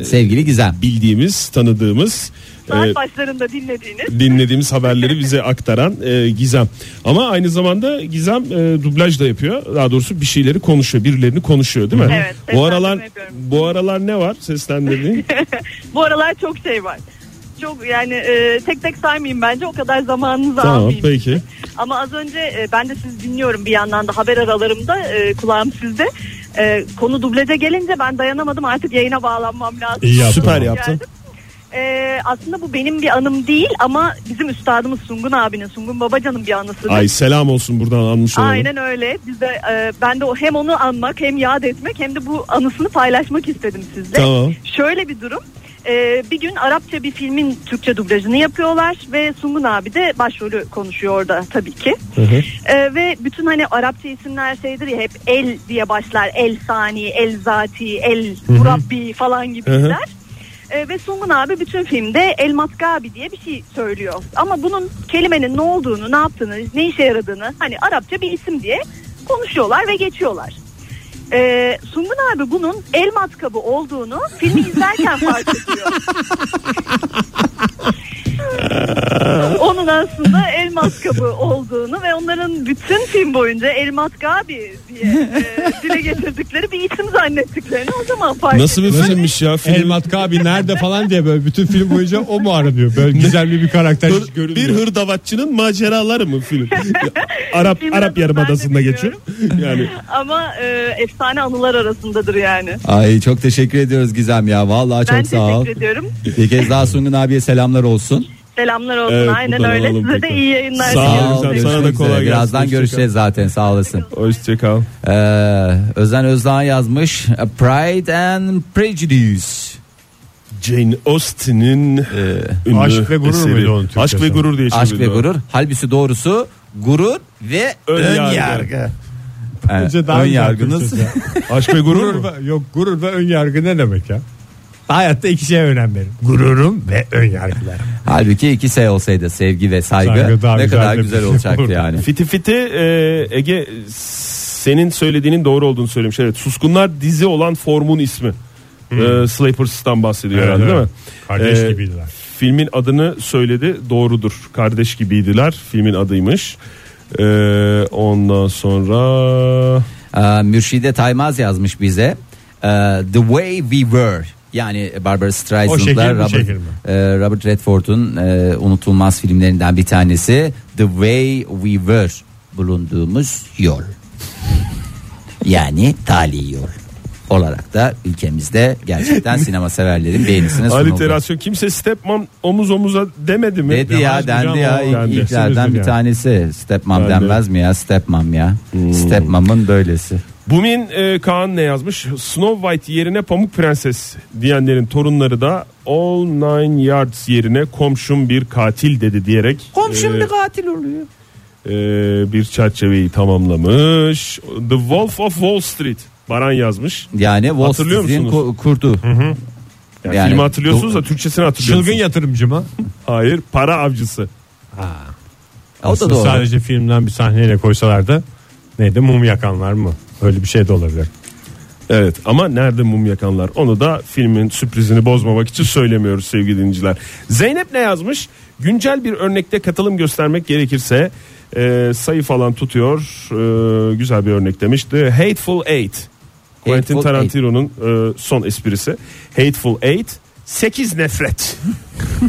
[SPEAKER 1] e,
[SPEAKER 3] Sevgili Gizem.
[SPEAKER 1] bildiğimiz, tanıdığımız,
[SPEAKER 6] Saat
[SPEAKER 1] e,
[SPEAKER 6] başlarında dinlediğiniz.
[SPEAKER 1] dinlediğimiz haberleri bize aktaran e, Gizem. Ama aynı zamanda Gizem e, dublaj da yapıyor. Daha doğrusu bir şeyleri konuşuyor, birilerini konuşuyor değil mi?
[SPEAKER 6] Evet,
[SPEAKER 1] bu aralar
[SPEAKER 6] seslendirme yapıyorum.
[SPEAKER 1] bu aralar ne var seslendirdiğin?
[SPEAKER 6] Bu aralar çok şey var. Çok yani e, tek tek saymayayım bence o kadar zamanınızı
[SPEAKER 1] tamam
[SPEAKER 6] almayayım.
[SPEAKER 1] peki.
[SPEAKER 6] Ama az önce e, ben de sizi dinliyorum bir yandan da haber aralarımda e, kulağım sizde. E, konu dublaja gelince ben dayanamadım artık yayına bağlanmam lazım.
[SPEAKER 4] İyi yaptın.
[SPEAKER 1] Süper
[SPEAKER 4] Geldim.
[SPEAKER 1] yaptın.
[SPEAKER 6] E, aslında bu benim bir anım değil ama bizim üstadımız Sungun abinin, Sungun Babacan'ın bir anısıdır.
[SPEAKER 1] Ay selam olsun buradan almış olalım.
[SPEAKER 6] Aynen öyle. Biz de e, ben de o hem onu anmak hem yad etmek hem de bu anısını paylaşmak istedim sizle.
[SPEAKER 1] Tamam.
[SPEAKER 6] Şöyle bir durum. E, bir gün Arapça bir filmin Türkçe dublajını yapıyorlar ve Sungun abi de başrolü konuşuyor orada tabii ki. E, ve bütün hani Arapça isimler şeydir ya hep el diye başlar. El sani, el zati, el murabbi falan gibiler. E, ve Sungun abi bütün filmde El Matgabi diye bir şey söylüyor. Ama bunun kelimenin ne olduğunu, ne yaptığını, ne işe yaradığını hani Arapça bir isim diye konuşuyorlar ve geçiyorlar. E, Sungun abi bunun el matkabı olduğunu filmi izlerken
[SPEAKER 1] *laughs*
[SPEAKER 6] fark ediyor. Onun aslında el matkabı olduğunu ve onların bütün film boyunca el matkabi diye e, dile getirdikleri bir isim zannettiklerini o zaman fark
[SPEAKER 1] Nasıl bir
[SPEAKER 4] Nasıl-
[SPEAKER 1] filmmiş ya? Film,
[SPEAKER 4] Elmat Kabi nerede falan diye böyle bütün film boyunca o mu aranıyor? Böyle gizemli bir karakter hiç
[SPEAKER 1] Hır- bir
[SPEAKER 4] görünmüyor.
[SPEAKER 1] hırdavatçının maceraları mı film? Arap
[SPEAKER 6] Filmin adını ben
[SPEAKER 1] Arap
[SPEAKER 6] de
[SPEAKER 1] Yarımadası'nda geçiyor.
[SPEAKER 6] bilmiyorum.
[SPEAKER 1] Yani
[SPEAKER 6] Ama e, efsane anılar arasındadır yani.
[SPEAKER 3] Ay çok teşekkür ediyoruz Gizem ya. Vallahi
[SPEAKER 6] ben
[SPEAKER 3] çok sağ ol.
[SPEAKER 6] teşekkür ediyorum.
[SPEAKER 3] Bir kez daha Sungun abiye selamlar olsun.
[SPEAKER 6] Selamlar olsun.
[SPEAKER 1] Evet,
[SPEAKER 6] Aynen
[SPEAKER 1] buradan
[SPEAKER 6] öyle.
[SPEAKER 1] alalım
[SPEAKER 6] Size de
[SPEAKER 1] tekrar.
[SPEAKER 6] iyi yayınlar
[SPEAKER 1] Sağ
[SPEAKER 6] diliyorum.
[SPEAKER 1] ol,
[SPEAKER 6] Teşekkür
[SPEAKER 1] sana da
[SPEAKER 3] görüşmek
[SPEAKER 1] kolay
[SPEAKER 3] üzere.
[SPEAKER 1] gelsin.
[SPEAKER 3] Birazdan
[SPEAKER 1] Hoşça
[SPEAKER 3] görüşeceğiz zaten sağ olasın.
[SPEAKER 1] hoşçakal.
[SPEAKER 3] Ee, Özen Özdağ yazmış Pride and Prejudice.
[SPEAKER 1] Jane Austen'in ünlü
[SPEAKER 4] Aşk ve Gurur
[SPEAKER 1] eseri.
[SPEAKER 4] muydu onun Türkçesi?
[SPEAKER 1] Aşk ve Gurur diye
[SPEAKER 3] Ee, Aşk ve
[SPEAKER 1] çevrildi o.
[SPEAKER 3] gurur. Halbisi doğrusu gurur ve ön,
[SPEAKER 1] Ön
[SPEAKER 3] yargı.
[SPEAKER 1] yargı.
[SPEAKER 3] Ee,
[SPEAKER 4] Bence daha
[SPEAKER 3] ön
[SPEAKER 4] güzel
[SPEAKER 3] yargınız.
[SPEAKER 4] Türkçesi.
[SPEAKER 1] Aşk ve Gurur
[SPEAKER 4] gurur
[SPEAKER 1] mu?
[SPEAKER 4] ve, yok gurur ve ön yargı ne demek ya? Hayatta iki şeye önem veririm. Gururum ve ön yargılarım.
[SPEAKER 3] Halbuki iki S olsaydı sevgi ve saygı,
[SPEAKER 4] Saygı daha
[SPEAKER 3] ne
[SPEAKER 4] güzel
[SPEAKER 3] kadar
[SPEAKER 4] bir
[SPEAKER 3] güzel
[SPEAKER 4] şey
[SPEAKER 3] olacaktı
[SPEAKER 4] olurdu.
[SPEAKER 3] yani.
[SPEAKER 1] Fiti Fiti e, Ege senin söylediğinin doğru olduğunu söylemiş. Evet Suskunlar dizi olan formun ismi. E, Slappers'tan bahsediyor
[SPEAKER 4] Hmm. Evet,
[SPEAKER 1] herhalde değil
[SPEAKER 4] evet.
[SPEAKER 1] mi?
[SPEAKER 4] Kardeş
[SPEAKER 1] E,
[SPEAKER 4] gibiydiler.
[SPEAKER 1] Filmin adını söyledi doğrudur. Kardeş gibiydiler filmin adıymış. E, ondan sonra
[SPEAKER 3] Ee, Mürşide Taymaz yazmış bize. Ee, The Way We Were. Yani Barbara
[SPEAKER 4] şekil
[SPEAKER 3] Streisand'la
[SPEAKER 4] bu
[SPEAKER 3] Robert,
[SPEAKER 4] şekil mi?
[SPEAKER 3] e, Robert Redford'un e, unutulmaz filmlerinden bir tanesi. The Way We Were. Bulunduğumuz yol. Yani tali yol olarak da ülkemizde
[SPEAKER 4] *laughs*
[SPEAKER 3] gerçekten sinema severlerin beğenisine
[SPEAKER 1] Ali
[SPEAKER 3] sunuldu.
[SPEAKER 1] Terasyon kimse stepmom omuz omuza demedi mi?
[SPEAKER 3] Dedi ya dendi ya ilk-
[SPEAKER 1] Yani
[SPEAKER 3] ilklerden bir
[SPEAKER 1] yani.
[SPEAKER 3] tanesi Stepmom
[SPEAKER 1] Dendi.
[SPEAKER 3] denmez mi ya Stepmom ya
[SPEAKER 4] Hmm.
[SPEAKER 3] Stepmom'un böylesi
[SPEAKER 1] Bumin e, Kaan ne yazmış? Snow White yerine Pamuk Prenses diyenlerin torunları da All Nine Yards yerine komşum bir katil dedi diyerek e,
[SPEAKER 3] katil oluyor
[SPEAKER 1] e, bir çerçeveyi tamamlamış. The Wolf of Wall Street Baran yazmış.
[SPEAKER 3] Yani Wall
[SPEAKER 1] Hatırlıyor
[SPEAKER 3] Street'in
[SPEAKER 1] musunuz?
[SPEAKER 3] ku- kurdu
[SPEAKER 1] Yani,
[SPEAKER 3] Yani
[SPEAKER 1] filmi hatırlıyorsunuz
[SPEAKER 3] do-
[SPEAKER 1] da Türkçesini hatırlıyorsunuz.
[SPEAKER 4] Çılgın yatırımcı mı?
[SPEAKER 1] Hayır para avcısı.
[SPEAKER 3] O da
[SPEAKER 4] Aslında
[SPEAKER 3] doğru
[SPEAKER 4] Sadece filmden bir sahneyle koysalardı neydi mum yakanlar mı? Öyle bir şey de olabilir.
[SPEAKER 1] Evet ama nerede mum yakanlar onu da filmin sürprizini bozmamak için söylemiyoruz sevgili dinleyiciler. Zeynep ne yazmış? Güncel bir örnekte katılım göstermek gerekirse e, sayı falan tutuyor. E, güzel bir örnek demiş. The Hateful Eight. Quentin
[SPEAKER 3] Hateful
[SPEAKER 1] Tarantino'nun e, son esprisi. Hateful Eight. 8 nefret *laughs*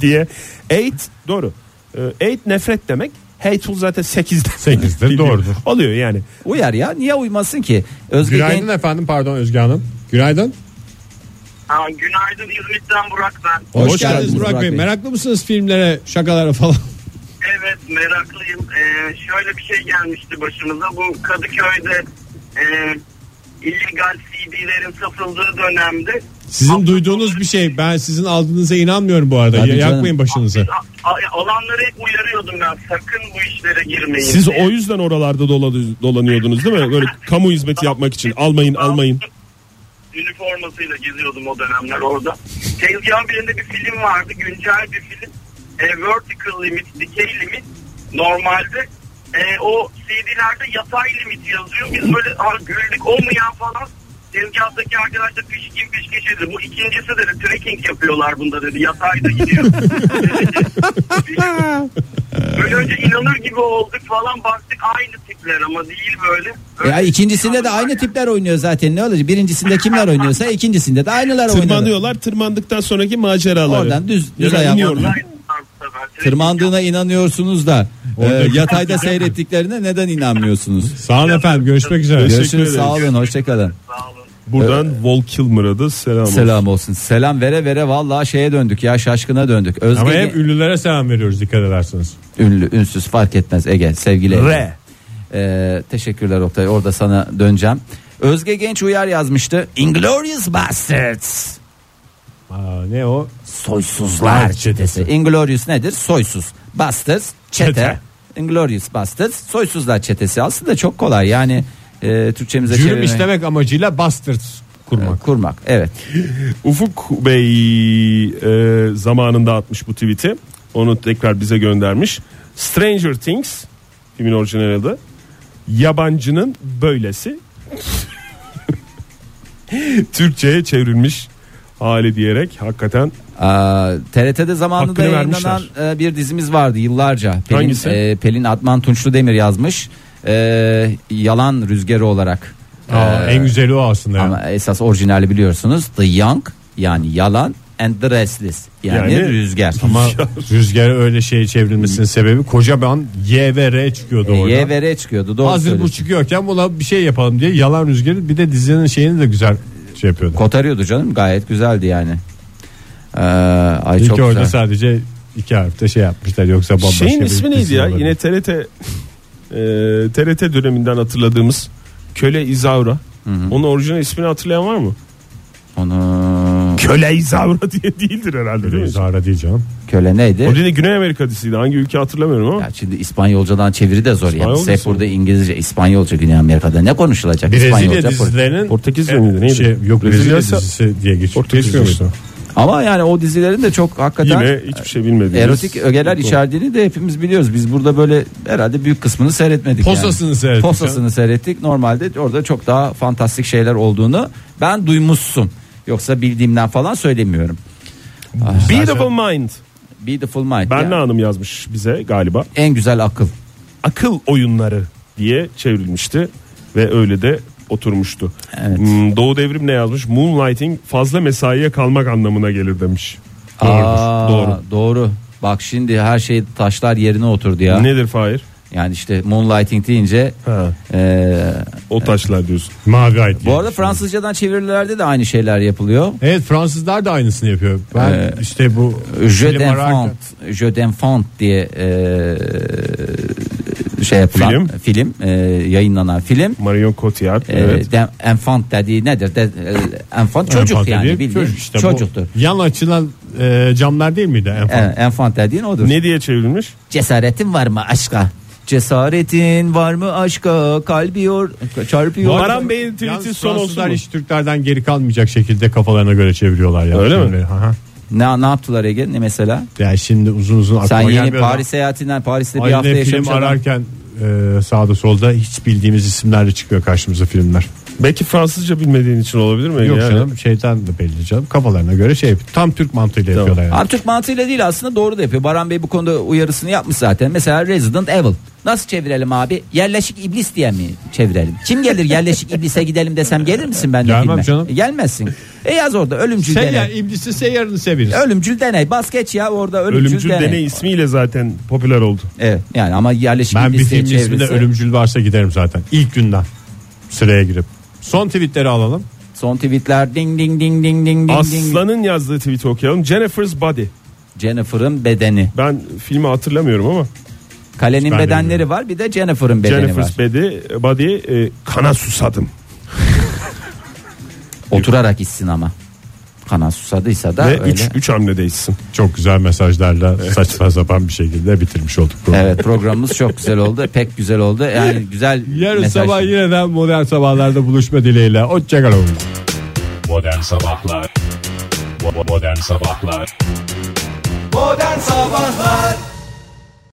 [SPEAKER 1] diye. Eight doğru. E, eight nefret demek. Hateful zaten 8'den.
[SPEAKER 4] Sekizdir, doğrudur.
[SPEAKER 1] Oluyor yani.
[SPEAKER 3] Uyar ya niye uymasın ki Özge
[SPEAKER 4] Günaydın
[SPEAKER 3] Gen-
[SPEAKER 4] efendim pardon Özge Hanım. Günaydın.
[SPEAKER 5] Aa, günaydın İzmit'ten Burak ben.
[SPEAKER 4] Hoş,
[SPEAKER 3] Hoş
[SPEAKER 4] geldiniz
[SPEAKER 3] geldiniz
[SPEAKER 4] Burak
[SPEAKER 3] Burak
[SPEAKER 4] Bey.
[SPEAKER 3] Bey.
[SPEAKER 4] Meraklı mısınız filmlere, şakalara falan?
[SPEAKER 5] Evet meraklıyım. Ee, şöyle bir şey gelmişti başımıza. Bu Kadıköy'de e, illegal CD'lerin satıldığı dönemde
[SPEAKER 4] Sizin duyduğunuz bir şey. Ben sizin aldığınıza inanmıyorum bu arada.
[SPEAKER 3] Tabii
[SPEAKER 4] Ya-
[SPEAKER 3] canım.
[SPEAKER 4] Yakmayın başınızı.
[SPEAKER 5] a- a- alanları hep uyarıyordum ben. Sakın bu işlere girmeyin.
[SPEAKER 1] Siz
[SPEAKER 5] diye.
[SPEAKER 1] o yüzden oralarda dola- dolanıyordunuz değil mi? Böyle kamu hizmeti yapmak için. Almayın almayın.
[SPEAKER 5] üniformasıyla geziyordum o dönemler orada. Tezgahın birinde bir film vardı. Güncel bir film. E, vertical limit, dikey limit. Normalde e, o CD'lerde yatay limit yazıyor. Biz böyle "Aa, güldük olmayan falan. Tezgahtaki arkadaş da pişkin pişkin şey dedi. Bu ikincisi dedi trekking yapıyorlar bunda dedi. Yatayda gidiyor. böyle önce inanır gibi olduk falan baktık aynı tipler ama değil böyle.
[SPEAKER 3] ya ikincisinde de aynı tipler oynuyor zaten ne olacak birincisinde kimler oynuyorsa ikincisinde de aynılar oynuyor
[SPEAKER 1] Tırmanıyorlar. Tırmandıktan sonraki maceraları.
[SPEAKER 3] Oradan düz düz
[SPEAKER 1] Ya da
[SPEAKER 3] ayakla
[SPEAKER 1] iniyorlar.
[SPEAKER 3] Tırmandığına inanıyorsunuz da e,
[SPEAKER 4] Orada-
[SPEAKER 3] yatayda seyrettiklerine neden inanmıyorsunuz?
[SPEAKER 4] Sağ olun efendim. Görüşmek üzere.
[SPEAKER 3] Görüşürüz sağ olun hoşçakalın.
[SPEAKER 5] Sağ olun.
[SPEAKER 1] Buradan Vol Kilmer'a da selam olsun.
[SPEAKER 3] Selam olsun. Selam vere vere vallahi şeye döndük ya şaşkına döndük. Özge
[SPEAKER 4] Ama hep ünlülere selam veriyoruz dikkat ederseniz.
[SPEAKER 3] ünlü ünsüz fark etmez Ege sevgili Ege.
[SPEAKER 1] Re.
[SPEAKER 3] Ee, teşekkürler Oktay orada sana döneceğim. Özge Genç Uyar yazmıştı. Inglorious Bastards.
[SPEAKER 4] Aa, ne o?
[SPEAKER 3] Soysuzlar
[SPEAKER 4] çetesi.
[SPEAKER 3] Inglorious nedir? Soysuz. Bastards çete.
[SPEAKER 1] Çete.
[SPEAKER 3] Inglorious Bastards soysuzlar çetesi. Aslında çok kolay yani e, Türkçemize
[SPEAKER 4] Cürüm
[SPEAKER 3] çevirmek-
[SPEAKER 4] işlemek amacıyla bastards kurmak.
[SPEAKER 3] kurmak. Evet.
[SPEAKER 1] Ufuk Bey e, zamanında atmış bu tweet'i. Onu tekrar bize göndermiş. Stranger Things filmin orijinal adı. Yabancının böylesi. *laughs* Türkçe'ye çevrilmiş hali diyerek hakikaten
[SPEAKER 3] Aa, TRT'de zamanında
[SPEAKER 1] Hakkını
[SPEAKER 3] yayınlanan e, bir dizimiz vardı yıllarca. Pelin,
[SPEAKER 1] Hangisi?
[SPEAKER 3] e, Pelin Atman Tunçlu Demir yazmış. E, yalan rüzgarı olarak.
[SPEAKER 4] Aa,
[SPEAKER 3] E,
[SPEAKER 4] en güzeli o aslında. ya.
[SPEAKER 3] Ama esas orijinali biliyorsunuz. The Young yani yalan and the Restless yani,
[SPEAKER 1] Yani-
[SPEAKER 3] rüzgar. *laughs* E,
[SPEAKER 4] Ama rüzgarı öyle şeye çevrilmesinin sebebi kocaman Y ve R çıkıyordu
[SPEAKER 3] E,
[SPEAKER 4] orada.
[SPEAKER 3] YVR çıkıyordu doğru
[SPEAKER 4] Hazır bu
[SPEAKER 3] söylüyorsun.
[SPEAKER 4] çıkıyorken buna bir şey yapalım diye yalan rüzgarı bir de dizinin şeyini de güzel şey yapıyordu.
[SPEAKER 3] Kotarıyordu canım gayet güzeldi yani. Ee, ay
[SPEAKER 4] İlk
[SPEAKER 3] çok
[SPEAKER 4] orada
[SPEAKER 3] güzel.
[SPEAKER 4] sadece iki harfte şey yapmışlar yoksa bambaşka
[SPEAKER 1] Şeyin
[SPEAKER 4] bir
[SPEAKER 1] ismi neydi
[SPEAKER 4] dizi
[SPEAKER 1] ya?
[SPEAKER 4] olabilir.
[SPEAKER 1] Yine TRT e, TRT döneminden hatırladığımız Köle İzavra. Onun orijinal ismini hatırlayan var mı?
[SPEAKER 3] Onu
[SPEAKER 1] Köle İzavra diye değildir herhalde. Değil mi?
[SPEAKER 4] Zara değil canım.
[SPEAKER 3] köle neydi?
[SPEAKER 1] O yine Güney Amerika dizisiydi. Hangi ülke hatırlamıyorum ama.
[SPEAKER 3] E? Ya şimdi İspanyolcadan çeviri de zor yani.
[SPEAKER 1] İspanyolcası
[SPEAKER 3] Hep
[SPEAKER 1] mı?
[SPEAKER 3] burada İngilizce, İspanyolca Güney Amerika'da ne konuşulacak?
[SPEAKER 4] Brezilya
[SPEAKER 3] İspanyolca, Portekiz.
[SPEAKER 4] dizilerinin
[SPEAKER 1] Portekiz miydi? Neydi?
[SPEAKER 4] Şey, yok Brezilya,
[SPEAKER 1] Brezilya'sa-
[SPEAKER 4] dizisi diye geçiyor.
[SPEAKER 1] Portekiz
[SPEAKER 4] Geçmiyor
[SPEAKER 1] dizisi.
[SPEAKER 4] muydu?
[SPEAKER 3] Ama yani o dizilerin de çok hakikaten
[SPEAKER 1] Yine hiçbir şey bilmediğimiz.
[SPEAKER 3] erotik ögeler içerdiğini de hepimiz biliyoruz. Biz burada böyle herhalde büyük kısmını seyretmedik.
[SPEAKER 4] Posasını
[SPEAKER 3] yani.
[SPEAKER 4] seyrettik
[SPEAKER 3] Posasını seyrettik. Normalde orada çok daha fantastik şeyler olduğunu ben duymuşsun. Yoksa bildiğimden falan söylemiyorum.
[SPEAKER 1] Beautiful Mind.
[SPEAKER 3] Beautiful Mind.
[SPEAKER 1] Berna
[SPEAKER 3] yani.
[SPEAKER 1] Hanım yazmış bize galiba.
[SPEAKER 3] En güzel akıl.
[SPEAKER 1] Akıl oyunları diye çevrilmişti ve öyle de oturmuştu.
[SPEAKER 3] Evet.
[SPEAKER 1] Hmm, Doğu Devrim ne yazmış? Moonlighting fazla mesaiye kalmak anlamına gelir demiş.
[SPEAKER 3] Aa,
[SPEAKER 1] Doğru.
[SPEAKER 3] Doğru. Bak şimdi her şey taşlar yerine oturdu ya.
[SPEAKER 1] Nedir Fahir?
[SPEAKER 3] Yani işte moonlighting deyince
[SPEAKER 1] Ha.
[SPEAKER 3] eee,
[SPEAKER 1] O taşlar diyorsun.
[SPEAKER 4] Mavi ait.
[SPEAKER 3] Bu arada Fransızcadan çevirilerde de aynı şeyler yapılıyor.
[SPEAKER 4] Evet Fransızlar da aynısını yapıyor. Ben
[SPEAKER 3] Ee,
[SPEAKER 4] işte bu
[SPEAKER 3] Je
[SPEAKER 4] film ararken-
[SPEAKER 3] d'enfant, Je d'enfant diye e, şey yapılan
[SPEAKER 1] Film.
[SPEAKER 3] film, e, yayınlanan film.
[SPEAKER 1] Marion Cotillard.
[SPEAKER 3] E,
[SPEAKER 1] Evet.
[SPEAKER 3] de- enfant dediği nedir? De, e, enfant çocuk
[SPEAKER 4] Enfant
[SPEAKER 3] yani
[SPEAKER 4] dediği
[SPEAKER 3] bildiğin
[SPEAKER 4] çocuk işte bu
[SPEAKER 3] çocuktur.
[SPEAKER 4] Yan açılan e, camlar değil miydi? Enfant?
[SPEAKER 3] E, enfant dediğin odur.
[SPEAKER 1] Ne diye çevrilmiş?
[SPEAKER 3] Cesaretin var mı aşka? Cesaretin var mı aşka? Kalbiyor, çarpıyor.
[SPEAKER 1] Baran Bey'in
[SPEAKER 4] Yalnız
[SPEAKER 1] tweet'i son olsun
[SPEAKER 4] Fransızlar
[SPEAKER 1] mu?
[SPEAKER 4] hiç Türklerden geri kalmayacak şekilde kafalarına göre çeviriyorlar. Yani
[SPEAKER 1] Öyle mi?
[SPEAKER 4] Hı hı.
[SPEAKER 3] Ne, ne yaptılar Ege? Ne mesela?
[SPEAKER 4] Yani şimdi uzun uzun aklıma
[SPEAKER 3] Sen yeni
[SPEAKER 4] gelmiyor da-
[SPEAKER 3] Paris seyahatinden Paris'te bir
[SPEAKER 4] Aynı
[SPEAKER 3] hafta yaşamış
[SPEAKER 4] film
[SPEAKER 3] adam.
[SPEAKER 4] ararken e, sağda solda hiç bildiğimiz isimlerle çıkıyor karşımıza filmler.
[SPEAKER 1] Belki Fransızca bilmediğin için olabilir mi?
[SPEAKER 4] Yok
[SPEAKER 1] Yani?
[SPEAKER 4] canım şeyden de belli canım. Kafalarına göre şey yapıyor. Tam Türk mantığıyla
[SPEAKER 1] Tamam.
[SPEAKER 4] yapıyorlar yani.
[SPEAKER 3] Abi Türk mantığıyla değil aslında doğru da yapıyor. Baran Bey bu konuda uyarısını yapmış zaten. Mesela Resident Evil. Nasıl çevirelim abi? Yerleşik iblis diye mi çevirelim? Kim gelir yerleşik iblise gidelim desem gelir misin ben de
[SPEAKER 4] Gelmem
[SPEAKER 3] filme?
[SPEAKER 4] canım. Şey
[SPEAKER 3] E, gelmezsin. E yaz orada ölümcül
[SPEAKER 4] Sen ya
[SPEAKER 3] deney.
[SPEAKER 4] iblisi seyyarını seviyorsun.
[SPEAKER 3] Ölümcül deney. Bas geç ya orada ölümcül,
[SPEAKER 1] Ölümcül
[SPEAKER 3] deney.
[SPEAKER 1] deney ismiyle zaten popüler oldu.
[SPEAKER 3] Evet yani ama yerleşik
[SPEAKER 4] Ben bir
[SPEAKER 3] iblis diye
[SPEAKER 4] filmin isminde
[SPEAKER 3] çevirirse-
[SPEAKER 4] ölümcül varsa giderim zaten. İlk günden sıraya girip. Son tweetleri alalım.
[SPEAKER 3] Son tweetler ding ding ding ding ding ding ding.
[SPEAKER 1] Aslan'ın yazdığı tweet'i okuyalım. Jennifer's Body.
[SPEAKER 3] Jennifer'ın bedeni.
[SPEAKER 1] Ben filmi hatırlamıyorum ama
[SPEAKER 3] Kalenin
[SPEAKER 4] Ben de
[SPEAKER 3] bedenleri
[SPEAKER 4] bilmiyorum.
[SPEAKER 3] var bir de Jennifer'ın bedeni var.
[SPEAKER 1] Jennifer's Body, body e, kana susadım.
[SPEAKER 3] Oturarak içsin ama. Kana susadıysa da
[SPEAKER 1] Ve
[SPEAKER 3] öyle.
[SPEAKER 1] 3 3 hamlede içsin.
[SPEAKER 4] Çok güzel mesajlarla saçma sapan bir şekilde bitirmiş olduk bunu.
[SPEAKER 3] Evet programımız çok güzel oldu. Pek güzel oldu. Yani güzel
[SPEAKER 4] Yarın
[SPEAKER 3] mesaj.
[SPEAKER 4] sabah yeniden modern sabahlarda buluşma dileğiyle. Hoşçakalın.
[SPEAKER 7] Modern Sabahlar Bo- Modern Sabahlar
[SPEAKER 8] Modern Sabahlar